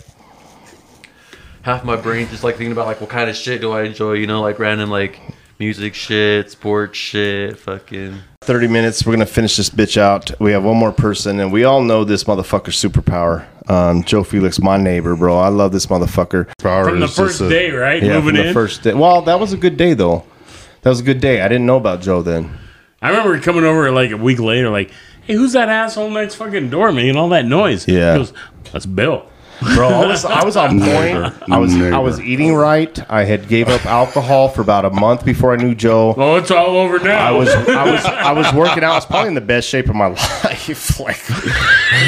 S7: half my brain's just like thinking about like what kind of shit do I enjoy, you know, like random like music shit, sports shit, fucking.
S12: 30 minutes. We're going to finish this bitch out. We have one more person, and we all know this motherfucker's superpower. Um, Joe Felix, my neighbor, bro. I love this motherfucker.
S10: From the is first just a- day, right?
S12: Yeah,
S10: Moving
S12: from the
S10: in?
S12: first day. Well, that was a good day, though. That was a good day. I didn't know about Joe then.
S10: I remember coming over like a week later, like, hey, who's that asshole next fucking door making all that noise?
S12: Yeah.
S10: He goes, that's Bill.
S12: Bro, I was, I was on point. I was I was eating right. I had gave up alcohol for about a month before I knew Joe.
S10: Oh, it's all over now.
S12: I was I was I was working out. I was probably in the best shape of my life. like, like I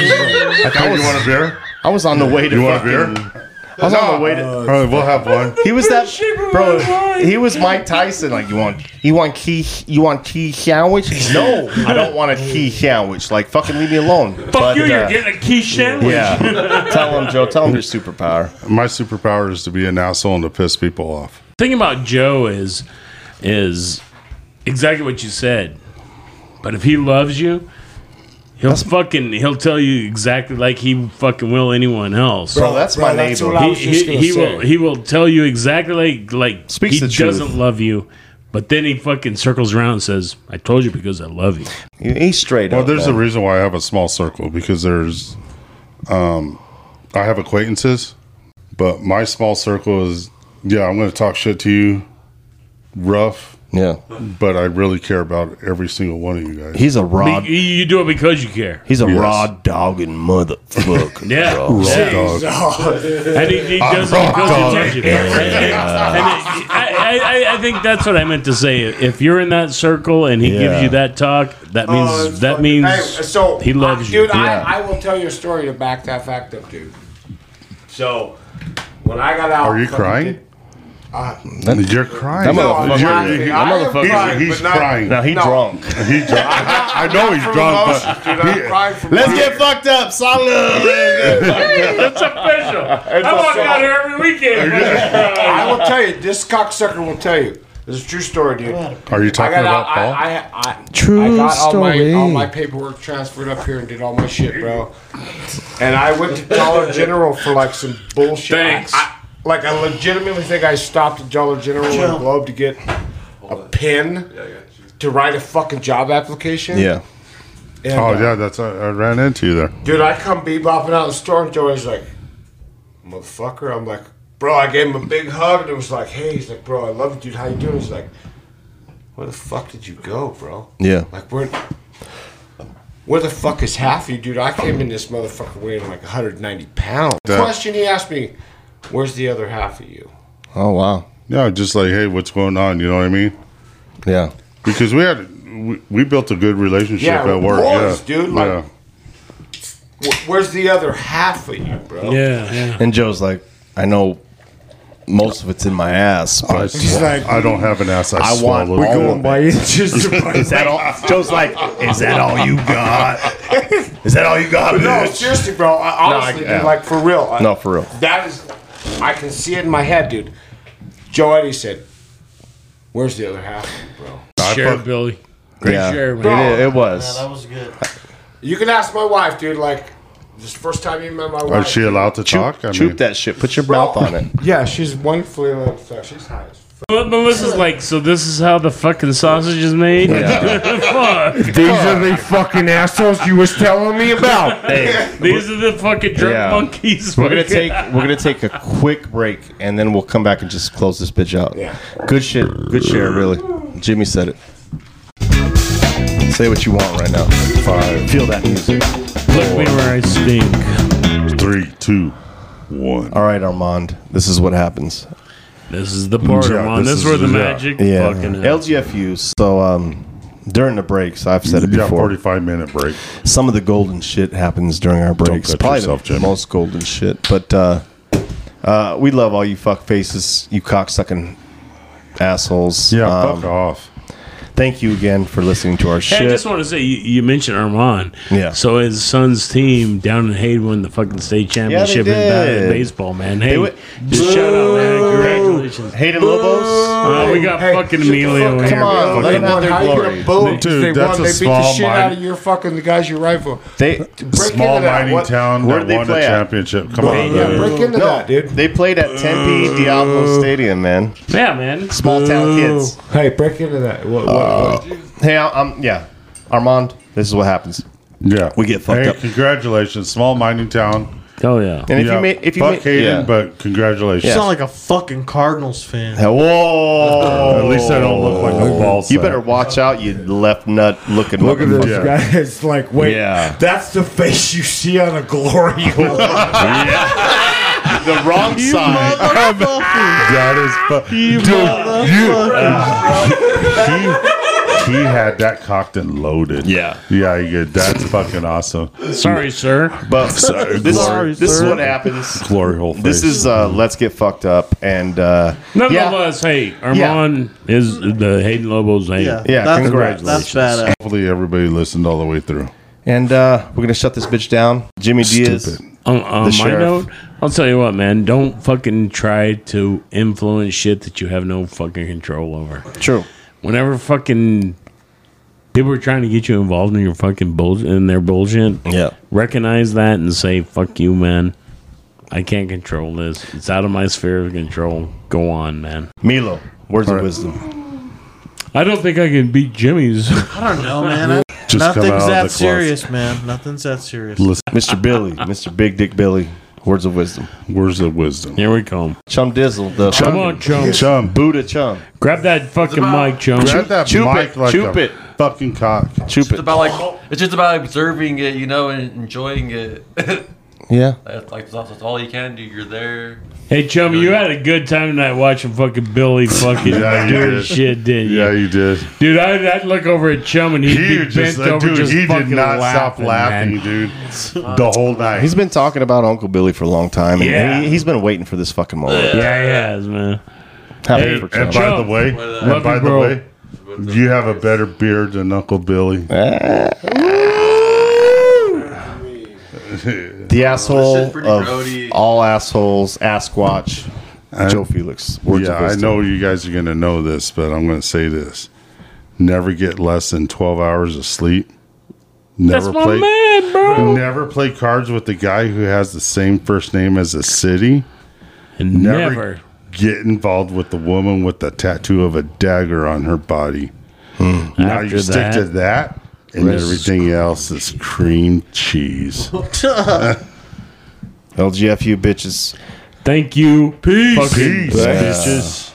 S11: Hey,
S12: was,
S11: you want a beer?
S12: I was on the way to
S11: You want a
S12: fucking, uh,
S11: beer?
S12: I was on the way to.
S11: All right, we'll have one.
S12: He was that bro. He was Mike Tyson. Like you want, you want key, you want key sandwich? No, I don't want a key sandwich. Like fucking leave me alone. uh,
S10: Fuck you, you're getting a key sandwich.
S12: Yeah, tell him, Joe. Tell him your superpower.
S11: My superpower is to be an asshole and to piss people off.
S10: thing about Joe is is exactly what you said. But if he loves you, he'll fucking he'll tell you exactly like he fucking will anyone else.
S12: Bro, that's my Bro, that's neighbor. what I was
S10: He,
S12: just
S10: he-
S12: gonna
S10: he will
S12: say.
S10: he will tell you exactly like like
S12: Speaks
S10: he
S12: the truth.
S10: doesn't love you, but then he fucking circles around and says, "I told you because I love you."
S12: He's straight
S11: Well,
S10: up,
S11: there's a
S10: man.
S11: reason why I have a small circle because there's, um, I have acquaintances, but my small circle is yeah. I'm going to talk shit to you, rough.
S12: Yeah,
S11: but I really care about every single one of you guys.
S12: He's a raw.
S10: You, you do it because you care.
S12: He's a
S11: Yes.
S12: raw dogging motherfucker.
S10: Yeah.
S12: bro.
S10: Yeah. And he, he does it because he loves you. And it- I, I, I think that's what I meant to say. If you're in that circle and he
S12: Yeah.
S10: gives you that talk, that
S14: Oh,
S10: means
S14: that's
S10: that
S14: fucking-
S10: means
S14: Hey, so
S10: he loves
S14: I,
S10: you.
S14: dude. I, I will tell you a story to back that fact up, dude. So when I got out,
S11: Are you
S14: fucking
S11: crying?
S14: did- Uh,
S11: You're crying.
S14: That No, I'm motherfucker- not.
S11: You're-
S14: I am crying,
S11: He's, he's
S14: but not-
S11: crying.
S14: Now, he No. drunk.
S11: He drunk. I know he's
S14: from
S11: drunk,
S14: emotion,
S11: but
S14: dude. I'm
S11: he-
S14: crying from
S12: Let's get fucked up,
S10: That's official. I walk
S14: official.
S10: out here every weekend.
S14: I will tell you, this cocksucker will tell you. This is a true story, dude.
S11: Are you talking
S14: I got
S11: about
S14: out,
S11: Paul?
S14: I, I, I,
S11: True
S14: I got all
S11: story.
S14: my, all my paperwork transferred up here and did all my shit, bro. And I went to Dollar General for like some bullshit. Thanks. like I legitimately think I stopped at Dollar General and Globe to get a pin. to write a fucking job application.
S11: Yeah.
S14: And,
S11: oh
S14: uh,
S11: yeah, that's what I ran into you there.
S14: Dude, I come bebopping out of the store, and Joey's like, "Motherfucker!" I'm like, "Bro," I gave him a big hug, and it was like, "Hey," he's like, "Bro, I love you, dude. How you doing?" He's like, "Where the fuck did you go, bro?"
S12: Yeah.
S14: Like, where, where the fuck is half of you, dude? I came in this motherfucker weighing like 190 pounds.
S11: That-
S14: Question he asked me, "Where's the other half of you?"
S12: Oh wow.
S11: Yeah, just like hey, what's going on? You know what I mean?
S12: Yeah.
S11: Because we had we, we built a good relationship
S14: Yeah,
S11: at work.
S14: boys,
S11: yeah,
S14: dude,
S11: yeah.
S14: like- Wh- Where's the other half of you, bro?
S10: yeah.
S12: And Joe's like, I know most of it's in my ass, but
S11: He's like, "I don't have an ass, I
S12: want
S11: Oh, swallow it." We're
S12: all
S11: going
S12: of
S11: by
S12: it."
S11: inches or by-
S12: is that all? Joe's like, is that all you got? Is that all you got?
S14: But no,
S12: bitch?
S14: seriously, bro. I, honestly,
S12: yeah.
S14: dude, like for real. I-
S12: No, for real.
S14: That is, I can see it in my head, dude. Joe Eddie said, "Where's the other half, of you, bro?"
S10: Share, Billy. Great share,
S12: it,
S10: man.
S12: it was.
S14: that was good. You can ask my wife, dude. Like, this is the first time you met my wife.
S11: Is she allowed to talk? I
S12: Choop that shit. Put your mouth on it.
S14: Yeah, she's wonderfully loved. So she's high as fuck.
S10: But Melissa's like, so this is how the fucking sausage is made.
S14: Yeah.
S10: Fuck.
S14: These are the fucking assholes you was telling me about.
S12: Hey.
S10: These are the fucking drunk
S12: Yeah.
S10: monkeys.
S12: We're gonna
S10: fucking-
S12: take we're gonna take a quick break and then we'll come back and just close this bitch out.
S10: Yeah.
S12: Good shit. Good share, really. Jimmy said it. Say what you want right now. Five. Feel that music.
S10: Look me where I
S12: stink.
S11: Three, two, one.
S12: All right, Armand. This is what happens.
S10: This is the part, Yeah, Armand. this This is where the the- magic
S12: yeah.
S10: fucking
S12: LGFUs. So um, during the breaks, I've said it
S11: Yeah,
S12: before.
S11: 45 minute break.
S12: Some of the golden shit happens during our breaks.
S11: cut
S12: Probably
S11: yourself,
S12: the
S11: Jimmy.
S12: most golden shit. But uh, uh, we love all you fuck faces, you cocksucking assholes. Um, Yeah,
S11: fuck off.
S12: Thank you again for listening to our
S10: Hey,
S12: shit.
S10: I just want to say, you, you mentioned Armand.
S12: Yeah.
S10: So his son's team down in Hayden won the fucking state championship in
S12: did.
S10: ba- baseball, man.
S12: They
S10: Hey,
S12: went-
S10: just shout out, man. Congratulations.
S12: Hayden Lobos.
S10: Uh, we got fucking Emilio in here.
S12: Come on, let them have their
S14: How you
S12: glory.
S14: gonna boo?
S11: Dude,
S14: they
S11: that's
S14: won.
S11: a
S14: they beat the
S11: small
S14: shit
S11: mine-
S14: out of your fucking the guys you rival.
S12: They
S11: Small mining town
S12: where
S11: that
S12: did they
S11: won a
S12: play at?
S11: championship. Come on.
S12: Yeah,
S11: man.
S14: break into
S12: No,
S14: that, dude.
S12: They played at Tempe Diablo Stadium, man.
S10: Yeah, man.
S12: Small town kids.
S14: Hey, break into that. What, what,
S12: Uh, hey, I'm yeah, Armand. This is what happens.
S11: Yeah,
S12: we get fucked
S11: Hey,
S12: up.
S11: Congratulations, small mining town.
S10: Oh yeah.
S12: And if you made- if you
S11: fuck
S12: made-
S11: Hayden,
S12: yeah.
S11: but congratulations.
S13: You sound like a fucking Cardinals fan.
S12: Whoa!
S11: At least I don't look like a ball
S12: You
S11: sack.
S12: better watch out, you left nut looking.
S11: Look at this
S12: motherfucker.
S11: guy.
S14: It's like, wait,
S12: Yeah.
S14: that's the face you see on a glory hole.
S12: The wrong side.
S10: Oh,
S11: that is fu- dude. You, he, he had that cocked and loaded.
S12: Yeah,
S11: yeah, he did. That's fucking awesome.
S10: Sorry, sir.
S12: But
S11: Sorry,
S12: this,
S11: glory,
S12: this is
S11: sir.
S12: what happens.
S11: Glory hole.
S12: This
S11: face.
S12: is uh, let's get fucked up and uh,
S10: Nonetheless, hey, Armand is the Hayden Lobos name.
S11: Hopefully, everybody listened all the way through.
S12: And uh, we're gonna shut this bitch down. Jimmy Diaz,
S10: On, on my
S12: the sheriff.
S10: note, I'll tell you what, man. Don't fucking try to influence shit that you have no fucking control over.
S12: True.
S10: Whenever fucking people are trying to get you involved in your fucking bullshit, in their bullshit,
S12: yeah,
S10: recognize that and say, "Fuck you, man. I can't control this. It's out of my sphere of control. Go on, man."
S12: Milo, words of wisdom.
S10: I don't think I can beat Jimmy's.
S13: I don't know, man. I-
S10: Just come out
S13: nothing's
S10: of the
S13: that
S10: closet.
S13: serious, man. Nothing's that serious.
S12: Mr. Billy, Mr. Big Dick Billy, words of wisdom.
S11: Words of wisdom.
S10: Here we come.
S12: Chum Dizzle, the
S10: Come on, Chum.
S11: Chum.
S12: Buddha Chum.
S10: Grab that fucking mic, Jones.
S11: Grab that
S10: Chup
S11: mic
S10: it,
S11: like
S10: chup
S11: a
S10: it.
S11: fucking cock.
S12: Chup
S7: It's about like it's just about observing it, you know, and enjoying it.
S12: Yeah.
S7: That's like that's, that's all you can do. You're there.
S10: Hey, Chum, you had a good time tonight watching fucking Billy fucking
S11: Yeah, you
S10: do
S11: did.
S10: his shit, didn't you?
S11: Yeah, you did.
S10: Dude, I'd, I'd look over at Chum and he'd
S11: He
S10: be
S11: was just-
S10: bent over
S11: dude,
S10: just
S11: he did
S10: fucking
S11: not stop
S10: laughing,
S11: laughing,
S10: man.
S11: dude. The whole night.
S12: He's been talking about Uncle Billy for a long time, and
S10: Yeah.
S12: he, he's been waiting for this fucking moment.
S10: Yeah, he has, man.
S12: Happy
S11: Hey,
S12: for Chum.
S11: and by the way, and
S10: Love
S11: by
S10: you,
S11: the
S10: bro.
S11: way, you have a better beard than Uncle Billy.
S12: the asshole
S11: pretty
S12: of
S11: grody.
S12: all assholes, Asquatch,
S11: I-
S12: Joe Felix. Words
S11: yeah,
S12: of
S11: I
S12: wisdom.
S11: know you guys are going to know this, but I'm going to say this: never get less than 12 hours of sleep. Never
S10: That's my
S11: play.
S10: man, bro.
S11: Never play cards with the guy who has the same first name as a city.
S10: And
S11: get involved with the woman with the tattoo of a dagger on her body. Now you
S17: After
S11: stick
S17: that,
S11: to Hmm. that, and
S17: Right.
S11: everything else is cream cheese.
S10: LGF, you bitches.
S12: Thank you. Peace.
S10: Fucking
S11: Peace.
S10: bitches.
S11: Bitches.